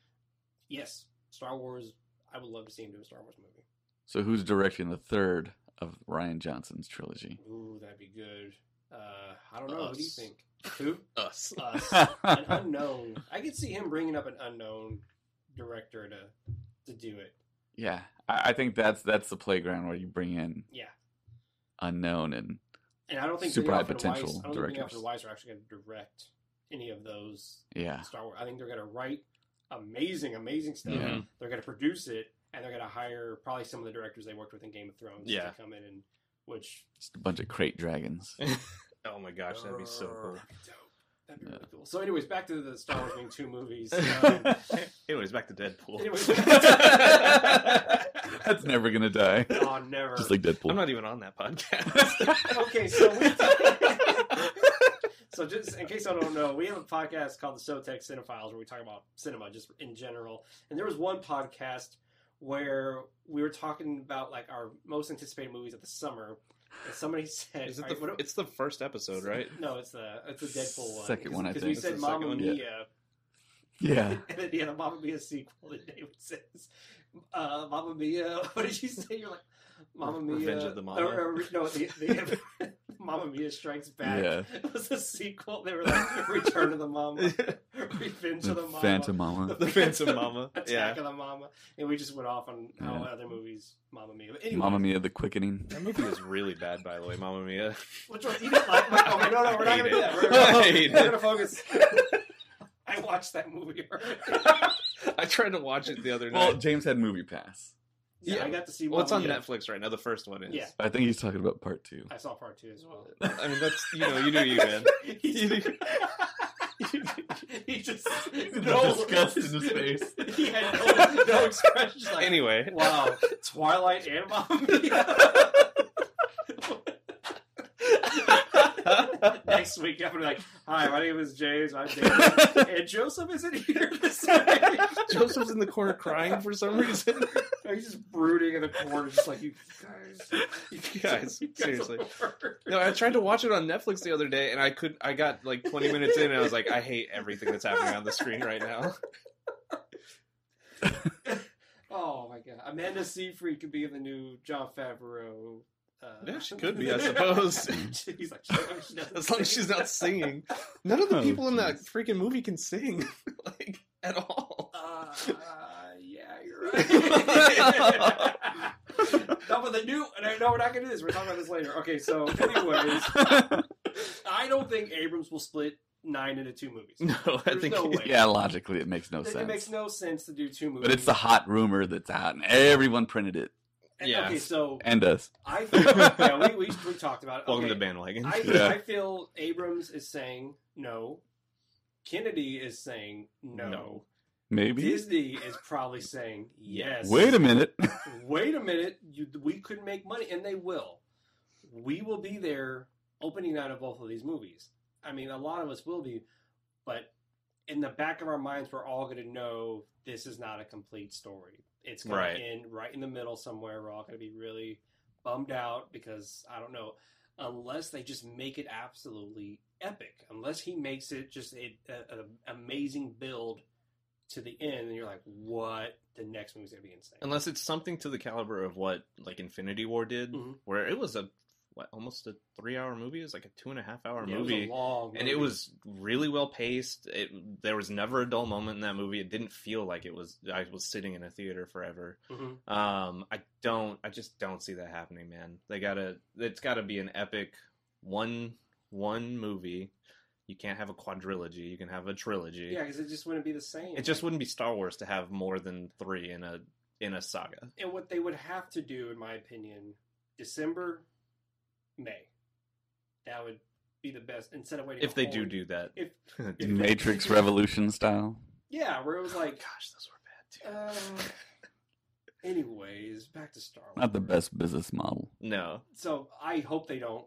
A: Yes, Star Wars. I would love to see him do a Star Wars movie.
B: So who's directing the third of Ryan Johnson's trilogy?
A: Ooh, that'd be good. Uh, I don't know. Who do you
C: Us.
A: think? Who?
C: Us.
A: Us. An unknown. I could see him bringing up an unknown director to to do it.
B: yeah, I, I think that's that's the playground where you bring in
A: Yeah.
B: unknown and
A: And I don't think
B: Super high
A: Benioff and
B: potential
A: Weiss, I don't think Benioff
B: directors.
A: and Weiss are actually going to direct any of those
B: yeah,
A: Star Wars. I think they're going to write amazing, amazing stuff.
C: Mm-hmm.
B: Yeah.
A: They're going to produce it, and they're going to hire probably some of the directors they worked with in Game of Thrones
C: Yeah.
A: to come in and which
B: just a bunch of crate dragons.
C: oh my gosh, that'd be so cool.
A: That'd be dope. That'd be
B: Yeah.
A: really cool. So, anyways, back to the Star Wars being two movies. Um,
C: anyways, back to Deadpool.
A: anyways.
B: That's never gonna die.
A: oh, never.
B: Just like Deadpool.
C: I'm not even on that podcast.
A: okay, so we, so just in case I don't know, we have a podcast called the SoTech Cinephiles where we talk about cinema just in general. And there was one podcast where we were talking about like our most anticipated movies of the summer, and somebody said,
C: Is it
A: all
C: the,
A: right, what-
C: it's the first episode, right?
A: No, it's the it's the Deadpool one.
B: Second one, I
A: because
B: think.
A: we
C: It's the
A: said
C: second
A: Mamma
C: one,
B: yeah.
A: Mia,
B: yeah.
A: and then yeah, the Mamma Mia sequel that David says, uh, Mamma Mia. What did you say? You're like Mamma Mia.
C: Revenge of the Mamma.
A: Or, or, no, the, the Mamma Mia Strikes Back
B: Yeah.
A: was a sequel. They were like Return of the Mama, Revenge of the Mama,
B: Phantom Mama.
C: The Phantom Mama.
A: Attack
C: Yeah.
A: of the Mama, and we just went off on how
B: Yeah.
A: other movies Mamma Mia. But anyway,
B: Mama Mia, the quickening.
C: That movie was really bad, by the way, Mamma Mia.
A: Which one? You didn't like? Wait, oh, no, no, we're
C: I
A: not gonna do that.
C: hate
A: We're
C: it. I
A: gonna,
C: hate
A: we're
C: it.
A: gonna focus. I watched that movie. already.
C: I tried to watch it the other
B: Well,
C: night.
B: James had movie pass.
A: Yeah,
C: Yeah.
A: I got to see.
C: Well, it's on
A: Mamma Mia.
C: Netflix right now. The first one is.
A: Yeah.
B: I think he's talking about part two.
A: I saw part two as well.
C: I mean, that's you know, you do you, man.
A: he just
B: No disgust in his face.
A: He had no, no expression. Just like,
C: Anyway,
A: wow, Twilight and Mamma Mia.
C: I
A: next week after like, hi, my name is James. I'm David, and Joseph isn't here this week.
C: Joseph's in the corner crying for some reason.
A: He's just brooding in the corner, just like you guys. You
C: Guys,
A: you are
C: seriously.
A: the worst."
C: No, I tried to watch it on Netflix the other day, and I could. I got like 20 minutes in, and I was like, I hate everything that's happening on the screen right now.
A: Oh my god, Amanda Seyfried could be in the new John Favreau. Uh,
C: Yeah, she could be, I suppose.
A: He's like, she- she doesn't
C: As long as
A: sing.
C: she's not singing, none of the
B: Oh,
C: people in that
B: jeez.
C: freaking movie can sing, like at all.
A: Uh, yeah, you're right. no, but the new. and I- No, we're not gonna do this. We're talking about this later. Okay, so anyways, I don't think Abrams will split nine into two movies.
C: No, I
A: There's
C: think
A: no way.
B: yeah, logically it makes no
A: it, it
B: sense.
A: makes no sense to do two movies.
B: but it's the hot rumor that's out, and everyone printed it
A: And-
C: Yeah.
A: Okay, so
B: and us.
A: I think yeah, we, we we talked about it.
C: welcome
A: okay.
C: to bandwagon.
A: I,
B: Yeah.
A: I feel Abrams is saying no. Kennedy is saying no.
C: No.
B: Maybe.
A: Disney is probably saying yes.
B: Wait a minute.
A: Wait a minute. You, we could make money, and they will. We will be there opening night of both of these movies. I mean, a lot of us will be, but in the back of our minds, we're all going to know this is not a complete story. It's going
C: Right.
A: to end right in the middle somewhere. We're all going to be really bummed out because I don't know, unless they just make it absolutely epic. Unless he makes it just a, a, an amazing build to the end, and you're like, what? The next movie's going to be insane.
C: Unless it's something to the caliber of what like Infinity War did,
A: Mhm.
C: where it was a what almost a three-hour movie. It was like a two and a half-hour
A: Yeah, it was a
C: movie.
A: long
C: and
A: movie.
C: it was really well paced. It, there was never a dull moment in that movie. It didn't feel like it was I was sitting in a theater forever.
A: Mhm.
C: Um, I don't. I just don't see that happening, man. They gotta. It's gotta be an epic one one movie. You can't have a quadrilogy. You can have a trilogy.
A: yeah, because it just wouldn't be the same.
C: It just wouldn't be Star Wars to have more than three in a in a saga.
A: And what they would have to do, in my opinion, December, May, that would be the best instead of waiting.
C: If
A: a
C: they
A: whole-
C: do do that.
A: if
C: Gosh,
B: Matrix Revolution style.
A: yeah, where it
C: Oh
A: was like,
C: those were bad too.
A: uh, anyways, back to Star Wars.
B: Not the best business model.
C: no,
A: So I hope they don't.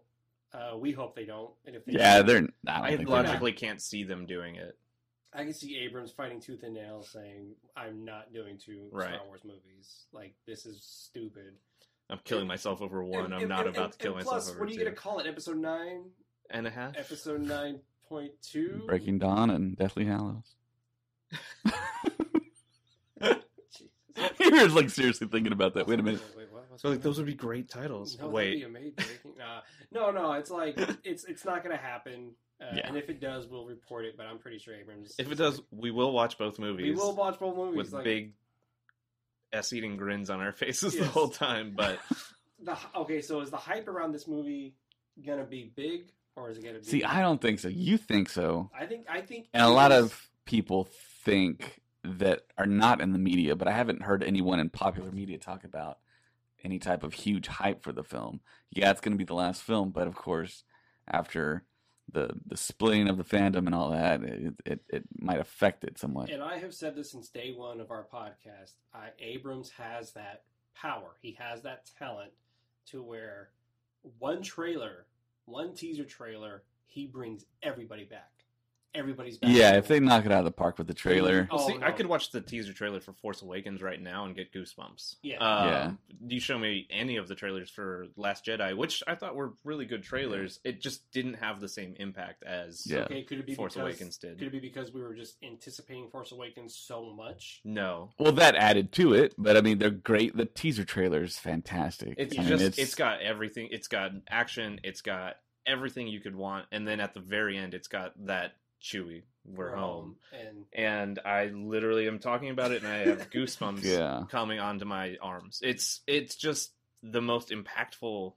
A: Uh, we hope they don't. And if they
B: Yeah,
A: do,
B: they're. I don't
C: I
B: think
A: logic-
B: they're.
C: logically can't see them doing it.
A: I can see Abrams fighting tooth and nail, saying, "I'm not doing two
C: Right.
A: Star Wars movies. Like this is stupid."
C: I'm killing
A: And-
C: myself over one.
A: And-
C: I'm
A: and-
C: not
A: and-
C: about
A: and-
C: to kill
A: and
C: myself
A: Plus,
C: over
A: what are you
C: two.
A: going to call it? Episode nine,
C: and a half.
A: episode nine point two.
B: Breaking Dawn and Deathly Hallows. he was like seriously thinking about that. Wait a minute.
A: Oh, Wait, what? What's
C: So like
A: going
C: those would be great
A: on?
C: titles.
A: No, that'd be
C: Wait,
A: amazing. Breaking- nah. no, no, it's like it's it's not going to happen. Uh,
B: Yeah.
A: And if it does, we'll report it. But I'm pretty sure Abrams.
C: if it does, we will watch both
A: we
C: movies.
A: will watch both movies.
C: with
A: like,
C: big s-eating grins on our faces the
A: Yes.
C: whole time. But
A: the okay. So is the hype around this movie going to be big, or is it going to be?
B: See, I don't think so. You think so,
A: I think I think
B: and a lot
A: Abrams-
B: of people think that are not in the media, but I haven't heard anyone in popular media talk about any type of huge hype for the film. Yeah, it's going to be the last film, but of course, after the the splitting of the fandom and all that, it it, it might affect it somewhat.
A: And I have said this since day one of our podcast. I, Abrams has that power. He has that talent to where one trailer, one teaser trailer, he brings everybody back. Everybody's back.
B: Yeah, if they knock it out of the park with the trailer,
A: Oh,
C: see, I
A: no.
C: could watch the teaser trailer for Force Awakens right now and get goosebumps.
A: Yeah.
C: Um,
B: Yeah.
C: You show me any of the trailers for Last Jedi, which I thought were really good trailers. It just didn't have the same impact as
B: Yeah.
A: okay, could it be
C: Force
A: because,
C: Awakens did.
A: Could it be because we were just anticipating Force Awakens so much?
C: no.
B: well, that added to it. But I mean, they're great. The teaser trailer is fantastic.
C: It's
B: I mean,
C: just it's got everything. It's got action. It's got everything you could want. And then at the very end, it's got that Chewy. We're home.
A: and
C: and I literally am talking about it, and I have goosebumps
B: yeah.
C: coming onto my arms. It's it's just the most impactful.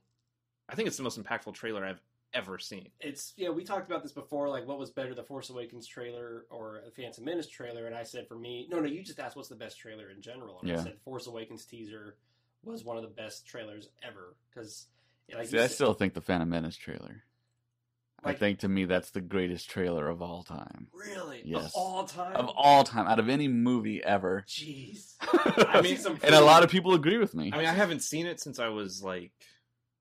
C: I think it's the most impactful trailer I've ever seen.
A: it's yeah we talked about this before like what was better the force awakens trailer or the phantom menace trailer and i said for me no no you just asked what's the best trailer in general and i
B: Yeah.
A: said force awakens teaser was one of the best trailers ever because like,
B: See,
A: you
B: I
A: said-
B: still think the Phantom Menace trailer. I
A: like,
B: think to me that's the greatest trailer of all time.
A: really of
B: Yes.
A: all time
B: Of all time, out of any movie ever.
A: jeez
B: I
A: I've seen some
B: and a lot of people agree with me.
C: I mean, I haven't seen it since I was like,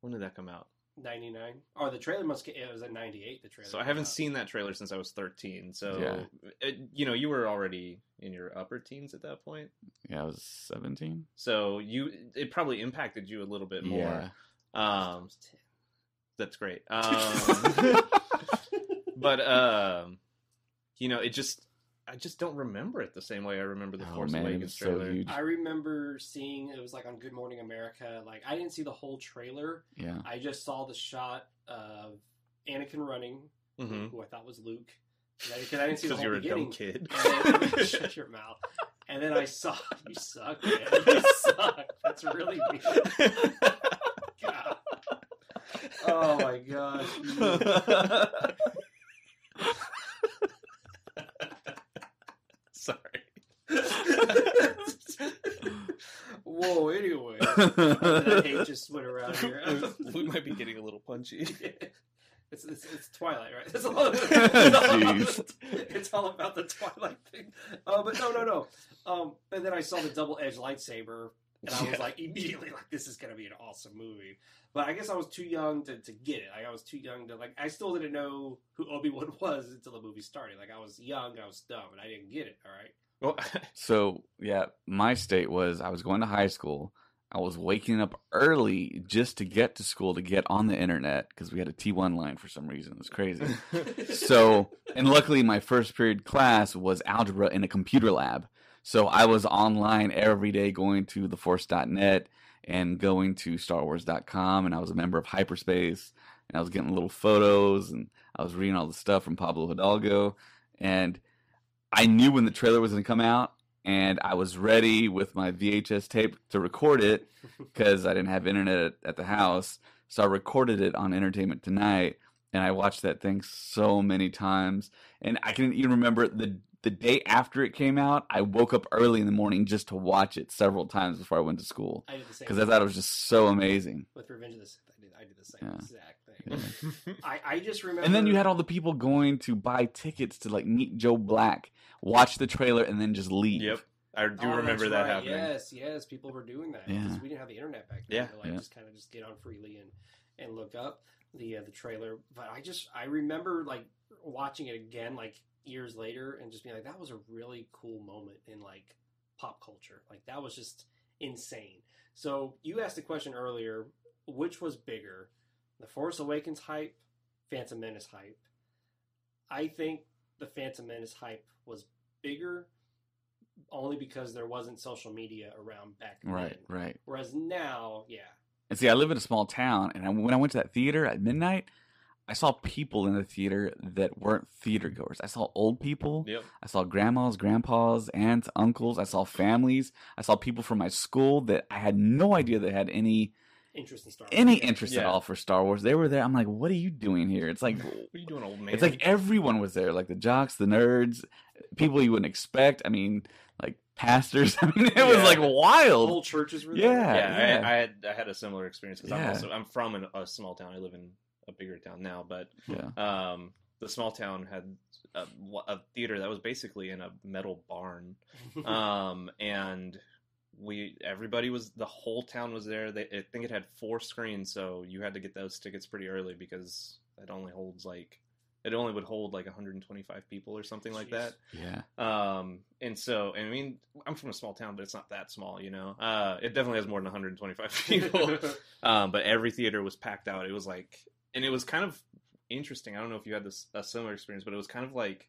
C: when did that come out?
A: ninety nine. Oh, the trailer must. Get, it was at ninety eight. The trailer.
C: So I haven't
A: came out.
C: seen that trailer since I was 13. So
B: Yeah.
C: it- you know, you were already in your upper teens at that point.
B: Yeah, I was 17.
C: So you it probably impacted you a little bit more.
A: I
C: Um
A: was 10.
C: that's great. Um but um you know, it just I just don't remember it the same way I remember the
B: Oh,
C: Force
B: man,
C: Awakens
B: it's so
C: trailer.
B: huge.
A: I remember seeing it was like on Good Morning America. Like I didn't see the whole trailer.
B: yeah.
A: I just saw the shot of Anakin running,
C: hmm
A: who I thought was Luke. And I- Because I didn't see the whole
C: you're a
A: beginning.
C: dumb kid.
A: And then- shut your mouth. And then I saw you suck, man. You suck. That's really mean. God. Oh my gosh. you-
C: Sorry.
A: Whoa. Anyway, that hate just went around here.
C: we might be getting a little punchy.
A: It's, it's, it's Twilight, right? It's all, it's, all,
B: Jeez.
A: it's all about the Twilight thing. Uh, but no, no, no. Um, and then I saw the double edged lightsaber, and I was
C: Yeah.
A: like, immediately, like, this is going to be an awesome movie. But I guess I was too young to, to get it. Like, I was too young to, like, I still didn't know who Obi Wan was until the movie started. Like, I was young, I was dumb, and I didn't get it, all right?
C: Well,
B: So yeah, my state was I was going to high school. I was waking up early just to get to school to get on the internet because we had a T1 line for some reason. It was crazy. so, and luckily, my first period class was algebra in a computer lab. So I was online every day going to theforce.net and going to starwars.com. And I was a member of Hyperspace and I was getting little photos and I was reading all the stuff from Pablo Hidalgo. And I knew when the trailer was going to come out. And I was ready with my VHS tape to record it because I didn't have internet at, at the house. So I recorded it on Entertainment Tonight and I watched that thing so many times. And I can even remember the the day after it came out, I woke up early in the morning just to watch it several times before I went to school
A: I did the same
B: because I thought it was just so amazing.
A: With Revenge of the Sith, I did, I did the same
B: Yeah.
A: exact thing. I, I just remember.
B: And then you had all the people going to buy tickets to like meet Joe Black, watch the trailer, and then just leave.
C: yep. I do
A: Oh,
C: remember
A: that's
C: that
A: right.
C: happening.
A: Yes, yes, people were doing that
B: Yeah.
A: because we didn't have the internet back then.
C: Yeah,
A: so I
B: yeah.
A: just kind of just get on freely and and look up the uh, the trailer. But I just I remember like watching it again like years later and just being like that was a really cool moment in like pop culture. Like that was just insane. So you asked a question earlier, which was bigger, the Force Awakens hype, Phantom Menace hype? I think the Phantom Menace hype was bigger only because there wasn't social media around back then.
B: Right, right.
A: Whereas now, yeah.
B: And see, I live in a small town, and I, when I went to that theater at midnight, I saw people in the theater that weren't theater goers. I saw old people.
C: Yep.
B: I saw grandmas, grandpas, aunts, uncles. I saw families. I saw people from my school that I had no idea they had any
A: Interesting Star Wars.
B: any interest at
C: Yeah.
B: all for Star Wars. They were there. I'm like, what are you doing here? It's like
C: What are you doing, old man?
B: it's like everyone was there, like the jocks, the nerds, people you wouldn't expect. I mean, like pastors. I mean, it was
C: Yeah.
B: like wild.
A: Whole churches were
B: Yeah,
C: yeah.
A: there.
B: yeah.
C: I, I had I had a similar experience because
B: Yeah.
C: I'm also I'm from an, a small town. I live in a bigger town now, but
B: Yeah.
C: um, the small town had a, a theater that was basically in a metal barn, um, and we everybody was the whole town was there. They, I think it had four screens, so you had to get those tickets pretty early because it only holds like it only would hold like 125 people or something like
A: Jeez.
C: that.
B: Yeah.
C: Um, and so, I mean, I'm from a small town, but it's not that small, you know. Uh, it definitely has more than 125 people. um, but every theater was packed out. It was like, and it was kind of interesting. I don't know if you had this a similar experience, but it was kind of like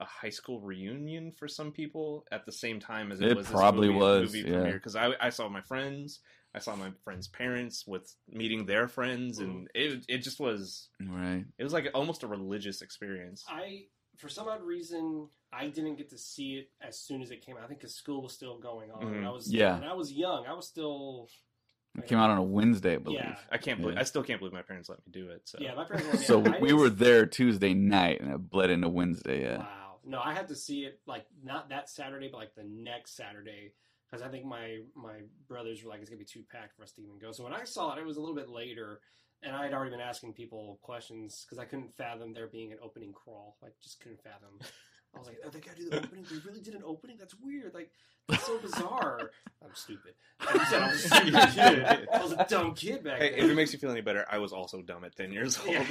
C: a high school reunion for some people at the same time as it,
B: It
C: was
B: probably
C: this movie,
B: was,
C: movie
B: yeah.
C: premiere because I, I saw my friends, I saw my friends' parents with meeting their friends, and it it just was
B: Right.
C: it was like almost a religious experience.
A: I, for some odd reason, I didn't get to see it as soon as it came out. I think because school was still going on.
C: Mm-hmm.
A: And I was,
B: Yeah.
A: And I was young. I was still.
B: It came out on a Wednesday, I believe.
A: Yeah.
C: I can't believe
B: Yeah.
C: I still can't believe my parents let me do it. So
A: Yeah, my parents. let me-
B: So
A: I
B: we
A: didn't-
B: were there Tuesday night, and it bled into Wednesday. Yeah.
A: Wow. No, I had to see it like not that Saturday, but like the next Saturday because I think my my brothers were like it's gonna be too packed for us to even go. So when I saw it, it was a little bit later, and I had already been asking people questions because I couldn't fathom there being an opening crawl. Like just couldn't fathom. I was like, oh, they gotta do the opening. They really did an opening. That's weird. Like, that's so bizarre. I'm stupid. Like you said, I was a stupid kid. I was a dumb kid back
C: Hey,
A: then.
C: if it makes you feel any better, I was also dumb at 10 years old.
A: Yeah.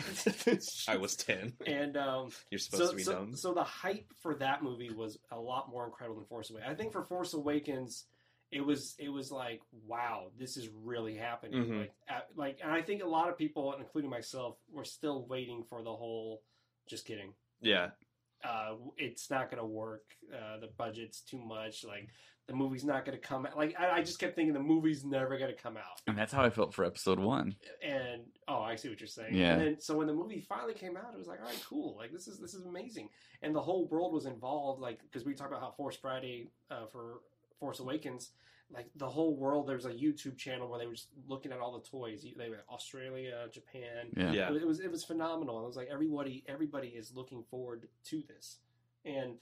C: I was 10.
A: and um,
C: You're supposed
A: so,
C: to be
A: so,
C: dumb.
A: so the hype for that movie was a lot more incredible than Force Awakens. I think for Force Awakens, it was it was like, wow, this is really happening.
C: Mhm.
A: Like, at, like, and I think a lot of people, including myself, were still waiting for the whole. Just kidding.
C: yeah.
A: Uh, it's not going to work. Uh, the budget's too much. Like the movie's not going to come. out. Like I, I just kept thinking the movie's never going to come out.
B: And that's how I felt for episode one.
A: and oh, I see what you're saying.
B: Yeah.
A: And then, so when the movie finally came out, it was like, all right, cool. Like this is this is amazing, and the whole world was involved. Like because we talked about how Force Friday uh, for Force Awakens, like the whole world. There was a YouTube channel where they were just looking at all the toys. They were Australia, Japan.
B: Yeah.
C: Yeah.
A: It was- It was it was phenomenal. And It was like everybody everybody is looking forward to this, and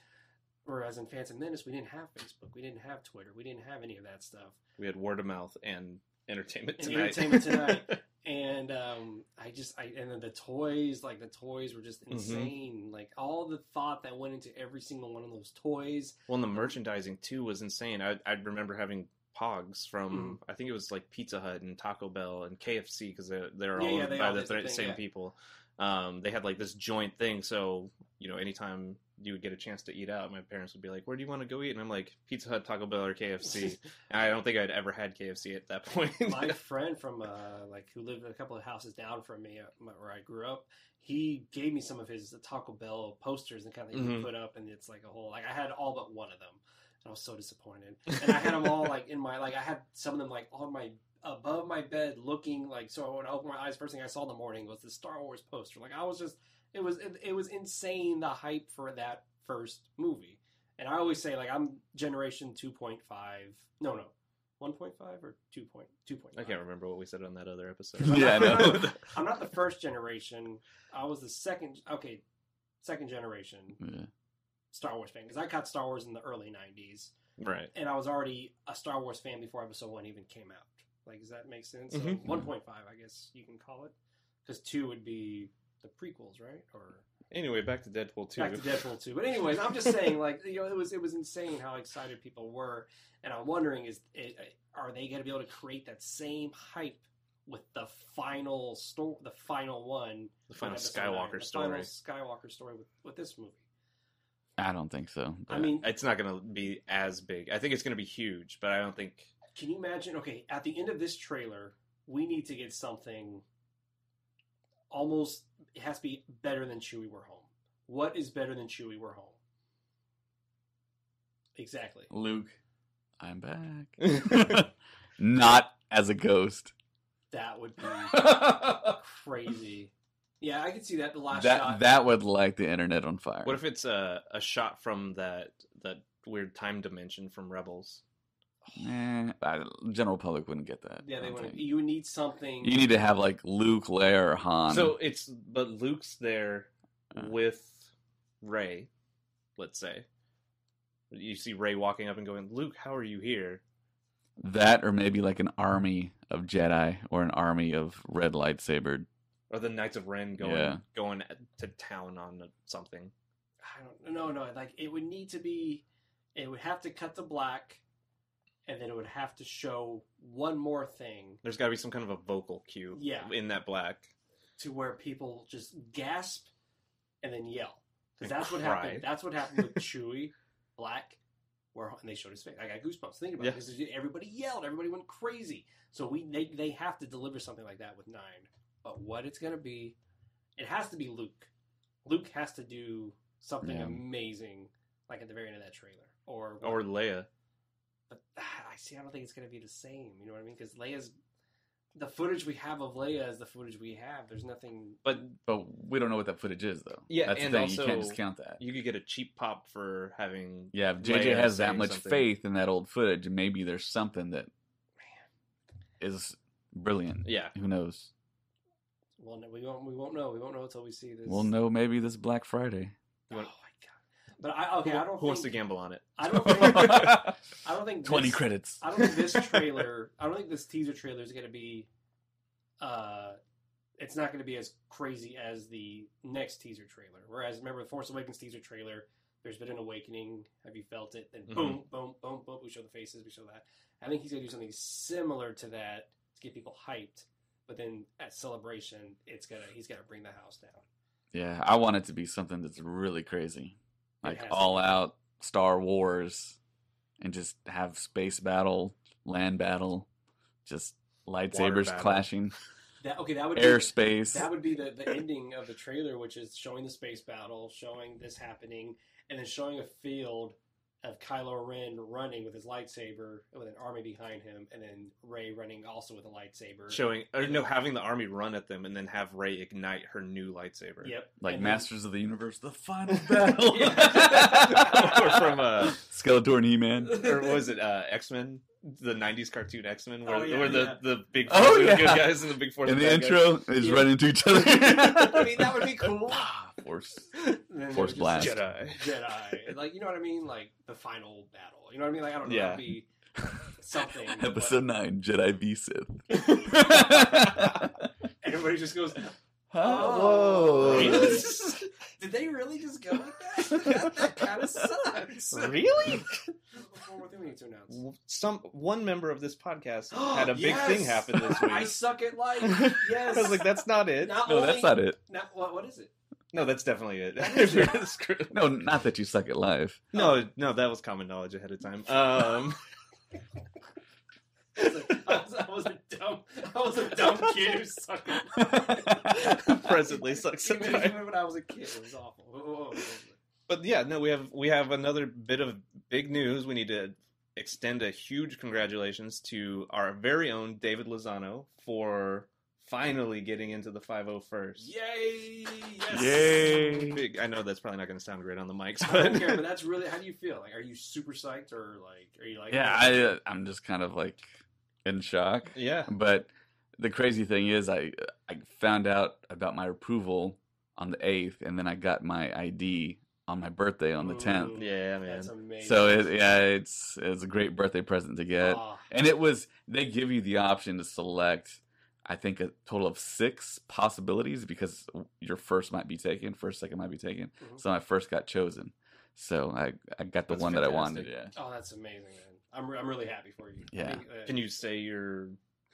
A: whereas in Phantom Menace we didn't have Facebook, we didn't have Twitter, we didn't have any of that stuff.
C: We had word of mouth and entertainment
A: And
C: tonight.
A: entertainment tonight. and um, I just I and then the toys like the toys were just
C: Mhm.
A: insane like all the thought that went into every single one of those toys
C: well, and the merchandising too was insane. I, I remember having pogs from,
A: Hmm.
C: I think it was like Pizza Hut and Taco Bell and KFC because they're, they're
A: Yeah,
C: all
A: yeah, they
C: by
A: all
C: the
A: did the
C: thre-
A: thing,
C: same
A: yeah.
C: people. Um, they had like this joint thing. So, you know, anytime you would get a chance to eat out, my parents would be like, Where do you want to go eat? And I'm like, Pizza Hut, Taco Bell, or KFC. And I don't think I'd ever had KFC at that point.
A: my friend from uh, like who lived a couple of houses down from me uh, my- where I grew up he gave me some of his Taco Bell posters and kind of
C: Mhm.
A: put up and it's like a whole like I had all but one of them and I was so disappointed and I had them all like in my like I had some of them like on my above my bed looking like so when I opened my eyes first thing I saw in the morning was the Star Wars poster like I was just it was it, it was insane the hype for that first movie and I always say like I'm generation 2.5 no no 1.5 or 2. 2.5
C: I can't remember what we said on that other episode.
B: Yeah, I know.
A: I'm not the first generation I was the second okay second generation
B: Yeah.
A: Star Wars fan because I caught Star Wars in the early 90s
C: right.
A: and I was already a Star Wars fan before Episode One even came out. Like, does that make sense? So
C: Mhm.
A: one point five, I guess you can call it, because two would be the prequels, right? Or
C: Anyway, back to Deadpool 2.
A: back to Deadpool two. But anyways, I'm just saying, like, you know, it was it was insane how excited people were, and I'm wondering is it, are they going to be able to create that same hype with the final story, the final one,
C: The final
A: in Episode Nine,
C: Skywalker
A: the
C: story.
A: final Skywalker story with with this movie.
B: I don't think so.
A: I mean,
C: It's not going to be as big. I think it's going to be huge, but I don't think.
A: Can you imagine? Okay, at the end of this trailer, we need to get something almost, it has to be better than Chewie We're Home. What is better than Chewie We're Home? Exactly.
B: Luke, I'm back. Not as a ghost.
A: That would be
B: that
A: crazy. Yeah, I could see that. The last shot.
B: that would light the internet on fire.
C: What if it's a, a shot from that that weird time dimension from Rebels?
B: Eh, I- general public wouldn't get that.
A: yeah,
B: I
A: they
B: don't
A: would.
B: think.
A: You would need something.
B: You need to have like Luke, Leia, or Han.
C: so it's. But Luke's there
B: Uh.
C: with Ray, let's say. You see Ray walking up and going, Luke, how are you here?
B: that, or maybe like an army of Jedi or an army of red lightsabered.
C: Or the Knights of Ren going
B: Yeah.
C: going to town on something.
A: I don't know. No, like it would need to be. It would have to cut to black, and then it would have to show one more thing
C: There's got to be some kind of a vocal cue
A: Yeah.
C: in that black.
A: to where people just gasp and then yell because
C: And
A: that's what
C: cry.
A: happened. That's what happened with Chewy Black, where and they showed his face. I got goosebumps thinking about
C: Yeah.
A: it because everybody yelled, everybody went crazy. So we they they have to deliver something like that with nine. But what it's gonna be, it has to be Luke. Luke has to do something
B: Yeah.
A: amazing, like at the very end of that trailer, or
C: Or Leia.
A: but ah, I see. I don't think it's gonna be the same. You know what I mean? Because Leia's. The footage we have of Leia is the footage we have. There's nothing
C: But
B: But we don't know what that footage is, though.
C: Yeah,
B: that's
C: and
B: the thing. you
C: also-
B: can't discount that.
C: you could get a cheap pop for having.
B: Yeah, if JJ
C: Leia
B: has that
C: saying
B: much
C: something.
B: faith in that old footage, maybe there's something that is brilliant.
C: Yeah.
B: Who knows?
A: Well, no, we won't. We won't know. We won't know until we see this.
B: We'll know maybe this Black Friday.
A: Oh my
C: You want-
A: god! But I okay.
C: who
A: I don't.
C: who wants to
A: think-
C: gamble on it?
A: I don't think. I don't think.
B: Twenty
A: this-
B: credits.
A: I don't think this trailer. I don't think this teaser trailer is going to be. Uh, it's not going to be as crazy as the next teaser trailer. Whereas, remember, the Force Awakens teaser trailer There's been an awakening. Have you felt it? Then boom, boom, boom, boom. We show the faces. We show that. I think he's gonna do something similar to that to get people hyped. But then at celebration, it's gonna he's gonna bring the house down.
B: Yeah, I want it to be something that's really crazy,
A: It
B: like
A: has to
B: all
A: be.
B: out Star Wars, and just have space battle, land battle, just lightsabers
C: battle.
B: clashing,
A: That okay? That would be,
B: airspace.
A: That would be the, the ending of the trailer, which is showing the space battle, showing this happening, and then showing a field of Kylo Ren running with his lightsaber with an army behind him, and then Ray running also with a lightsaber.
C: Showing or no, having the army run at them and then have Ray ignite her new lightsaber.
A: Yep.
B: like
A: and then-
B: Masters of the Universe, the final battle.
C: or from uh,
B: Skeletor and He Man.
C: or was it uh, X Men, the '90s cartoon X Men, where,
A: Oh, yeah,
C: where
A: yeah.
C: the the big
B: Oh,
C: four are the
B: yeah.
C: good guys and the big four are
B: In the
C: bad guys?
B: intro, they just
A: Yeah.
B: run into each other.
A: I mean, that would be cool.
B: Bah, force.
A: And then they
B: Force
A: would just-
B: blast.
C: Jedi.
A: Jedi. Like, you know what I mean? Like, the final battle. You know what I mean? Like, I don't know.
C: Yeah.
A: That'd be something. but
B: Episode 9 Jedi v Sith.
A: Everybody just goes,
B: Hello.
A: Really? Did they really just go with that? That, kind of sucks.
C: Really?
A: One more thing we need to announce.
C: Some one member of this podcast had a big thing
A: Yes!
C: happen this
A: I
C: week.
A: suck at life.
C: I
A: Yes.
C: was like, that's not it.
A: Not
B: No, that's not it.
A: Now, what, what is it?
C: No, that's definitely it.
A: That is it.
C: We're screwed.
B: No, not that you suck at life.
C: No, no, that was common knowledge ahead of time. Um,
A: I was, like, I, was, I was a dumb, I was a dumb kid who sucked at life.
C: Presently sucks at
A: even,
C: life.
A: Even when I was a kid, it was awful. What- what- what was it?
C: but yeah, no, we have we have another bit of big news. We need to extend a huge congratulations to our very own David Lozano for finally getting into the 501st.
A: Yay! Yes.
B: Yay.
C: Big, I know that's probably not going to sound great on the mics,
A: I don't care,
C: but
A: but that's really. How do you feel? Like, are you super psyched, or like, are you like?
B: Yeah, I, uh, I'm just kind of like in shock.
C: yeah,
B: But the crazy thing is, I I found out about my approval on the eighth, and then I got my ID on my birthday on the
A: Ooh,
B: tenth.
C: yeah, Oh, man.
A: that's amazing.
B: So it, yeah, it's it's a great birthday present to get,
A: Ah,
B: and it was they give you the option to select. I think a total of six possibilities because your first might be taken, first second might be taken.
A: Mhm.
B: So I first got chosen, so I I got the
C: Mm-hmm. That's
B: one that I wanted.
C: fantastic.
B: Yeah.
A: oh, that's amazing, man. I'm, re- I'm really happy for you. I
B: Yeah.
A: think, uh,
C: Can you say your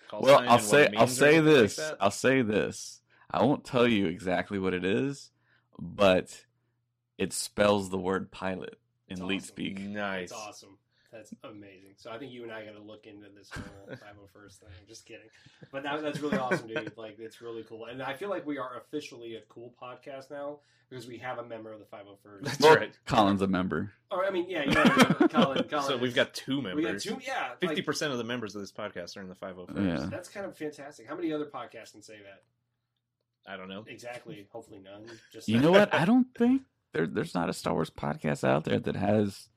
C: call
B: Well,
C: sign
B: I'll
C: and what
B: say
C: it
B: I'll
C: means or
B: say
C: anything like
B: this.
C: that?
B: I'll say this. I won't tell you exactly what it is, but it spells the word pilot in
A: That's
B: leet
A: awesome.
B: speak.
C: Nice.
A: That's awesome. That's amazing. So I think you and I got to look into this whole 501st thing. Just kidding. But that, that's really awesome, dude. Like, it's really cool. And I feel like we are officially a cool podcast now because we have a member of the 501st.
C: That's
B: Well,
C: right.
B: Colin's a member.
A: Or, I mean, yeah, you know, Colin, Colin.
C: so we've got two
A: we got
C: members.
A: two, yeah.
C: Fifty
A: like,
C: percent of the members of this podcast are in the five hundred
B: Yeah.
C: first.
A: that's kind of fantastic. How many other podcasts can say that?
C: I don't know.
A: Exactly. Hopefully none. Just
B: You know what? I don't think there there's not a Star Wars podcast out there that has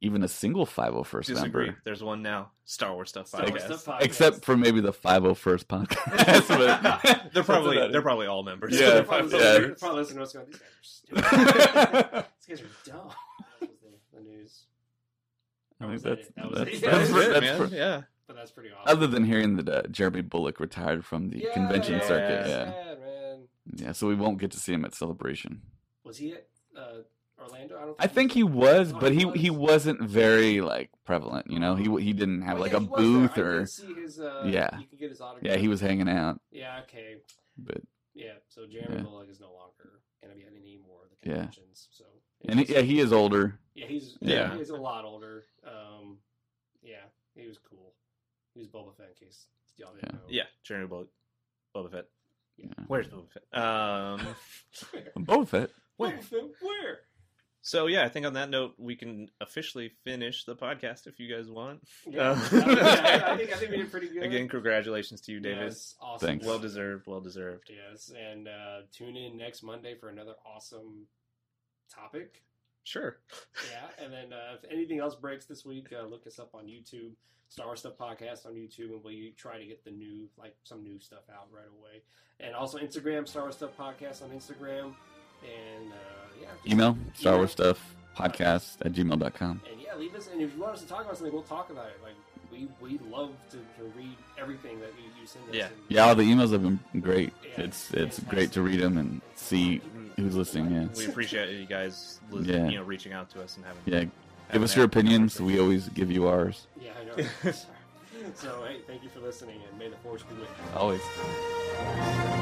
B: even a single 501st
C: Disagree.
B: member.
C: There's one now. Star Wars stuff
A: Star Wars
C: podcast.
A: Stuff Podcast.
B: Except for maybe the 501st podcast. but-
C: they're probably
B: That's about
C: they're
B: it.
C: probably all members.
B: Yeah.
A: They're probably,
B: Yeah.
A: they're probably listening to us going, these guys are stupid. These guys are dumb. That was the, the news.
B: I think
A: was
B: that's,
A: it. That was
B: that's,
A: it.
C: That
B: that's,
C: is
A: That's
C: it,
B: that's
C: man.
B: pr-
C: yeah.
A: But that's pretty awesome.
B: other than hearing that uh, Jeremy Bullock retired from the
A: Yeah,
B: convention
A: yeah,
B: circuit.
C: yeah.
B: Yeah.
A: man.
B: Yeah, so we won't get to see him at Celebration.
A: Was he at uh, Orlando? I don't.
B: I think he was, but he he wasn't very like prevalent. You know, he he didn't have
A: Oh,
B: like
A: yeah,
B: a
A: he was
B: booth
A: there. I
B: or
A: did see his, uh,
B: Yeah.
A: You can get his autograph.
B: yeah, he was hanging out.
A: Yeah. Okay.
B: But
A: Yeah. So Jeremy
B: Yeah.
A: Bullock is no longer going to be at any more of the
B: Yeah.
A: conventions. So.
B: and he, yeah, he is older.
A: Yeah, he's
B: Yeah.
A: yeah. he's a lot older. Um, yeah, he was cool. He was Boba Fett, in case y'all didn't know.
C: Yeah. Jeremy Boba, Boba Fett.
B: Yeah.
C: Where's Boba Fett? Um,
A: Where?
B: Boba Fett.
C: where?
A: Boba Fett, where?
C: So yeah, I think on that note we can officially finish the podcast if you guys want.
A: Yeah,
C: Uh,
A: yeah, I, think, I think we did pretty good.
C: Again, congratulations to you, David.
A: Yes, awesome.
B: Thanks.
C: Well deserved. Well deserved.
A: Yes, and uh, tune in next Monday for another awesome topic.
C: Sure.
A: Yeah, and then uh, if anything else breaks this week, uh, look us up on YouTube, Star Wars Stuff Podcast on YouTube, and we try to get the new, like some new stuff out right away. And also Instagram, Star Wars Stuff Podcast on Instagram, and uh, yeah, just-
B: Email Star Wars
A: Email.
B: stuff podcast at gmail.com.
A: And yeah, leave us. And if you want us to talk about something, we'll talk about it. Like we we love to, to read everything that you, you send us.
C: Yeah.
A: and-
B: Yeah, all the emails have been great. It's it's great to read them and see who's listening. Yeah.
C: We appreciate you guys, li-
B: Mm. Yeah.
C: you know, reaching out to us and having.
B: Yeah, give
C: having
B: us
C: that
B: your opinions.
C: conversation.
B: We always give you ours.
A: Yeah, I know. Sorry. So, hey, thank you for listening, and may the force be with you.
B: Always.
A: Thank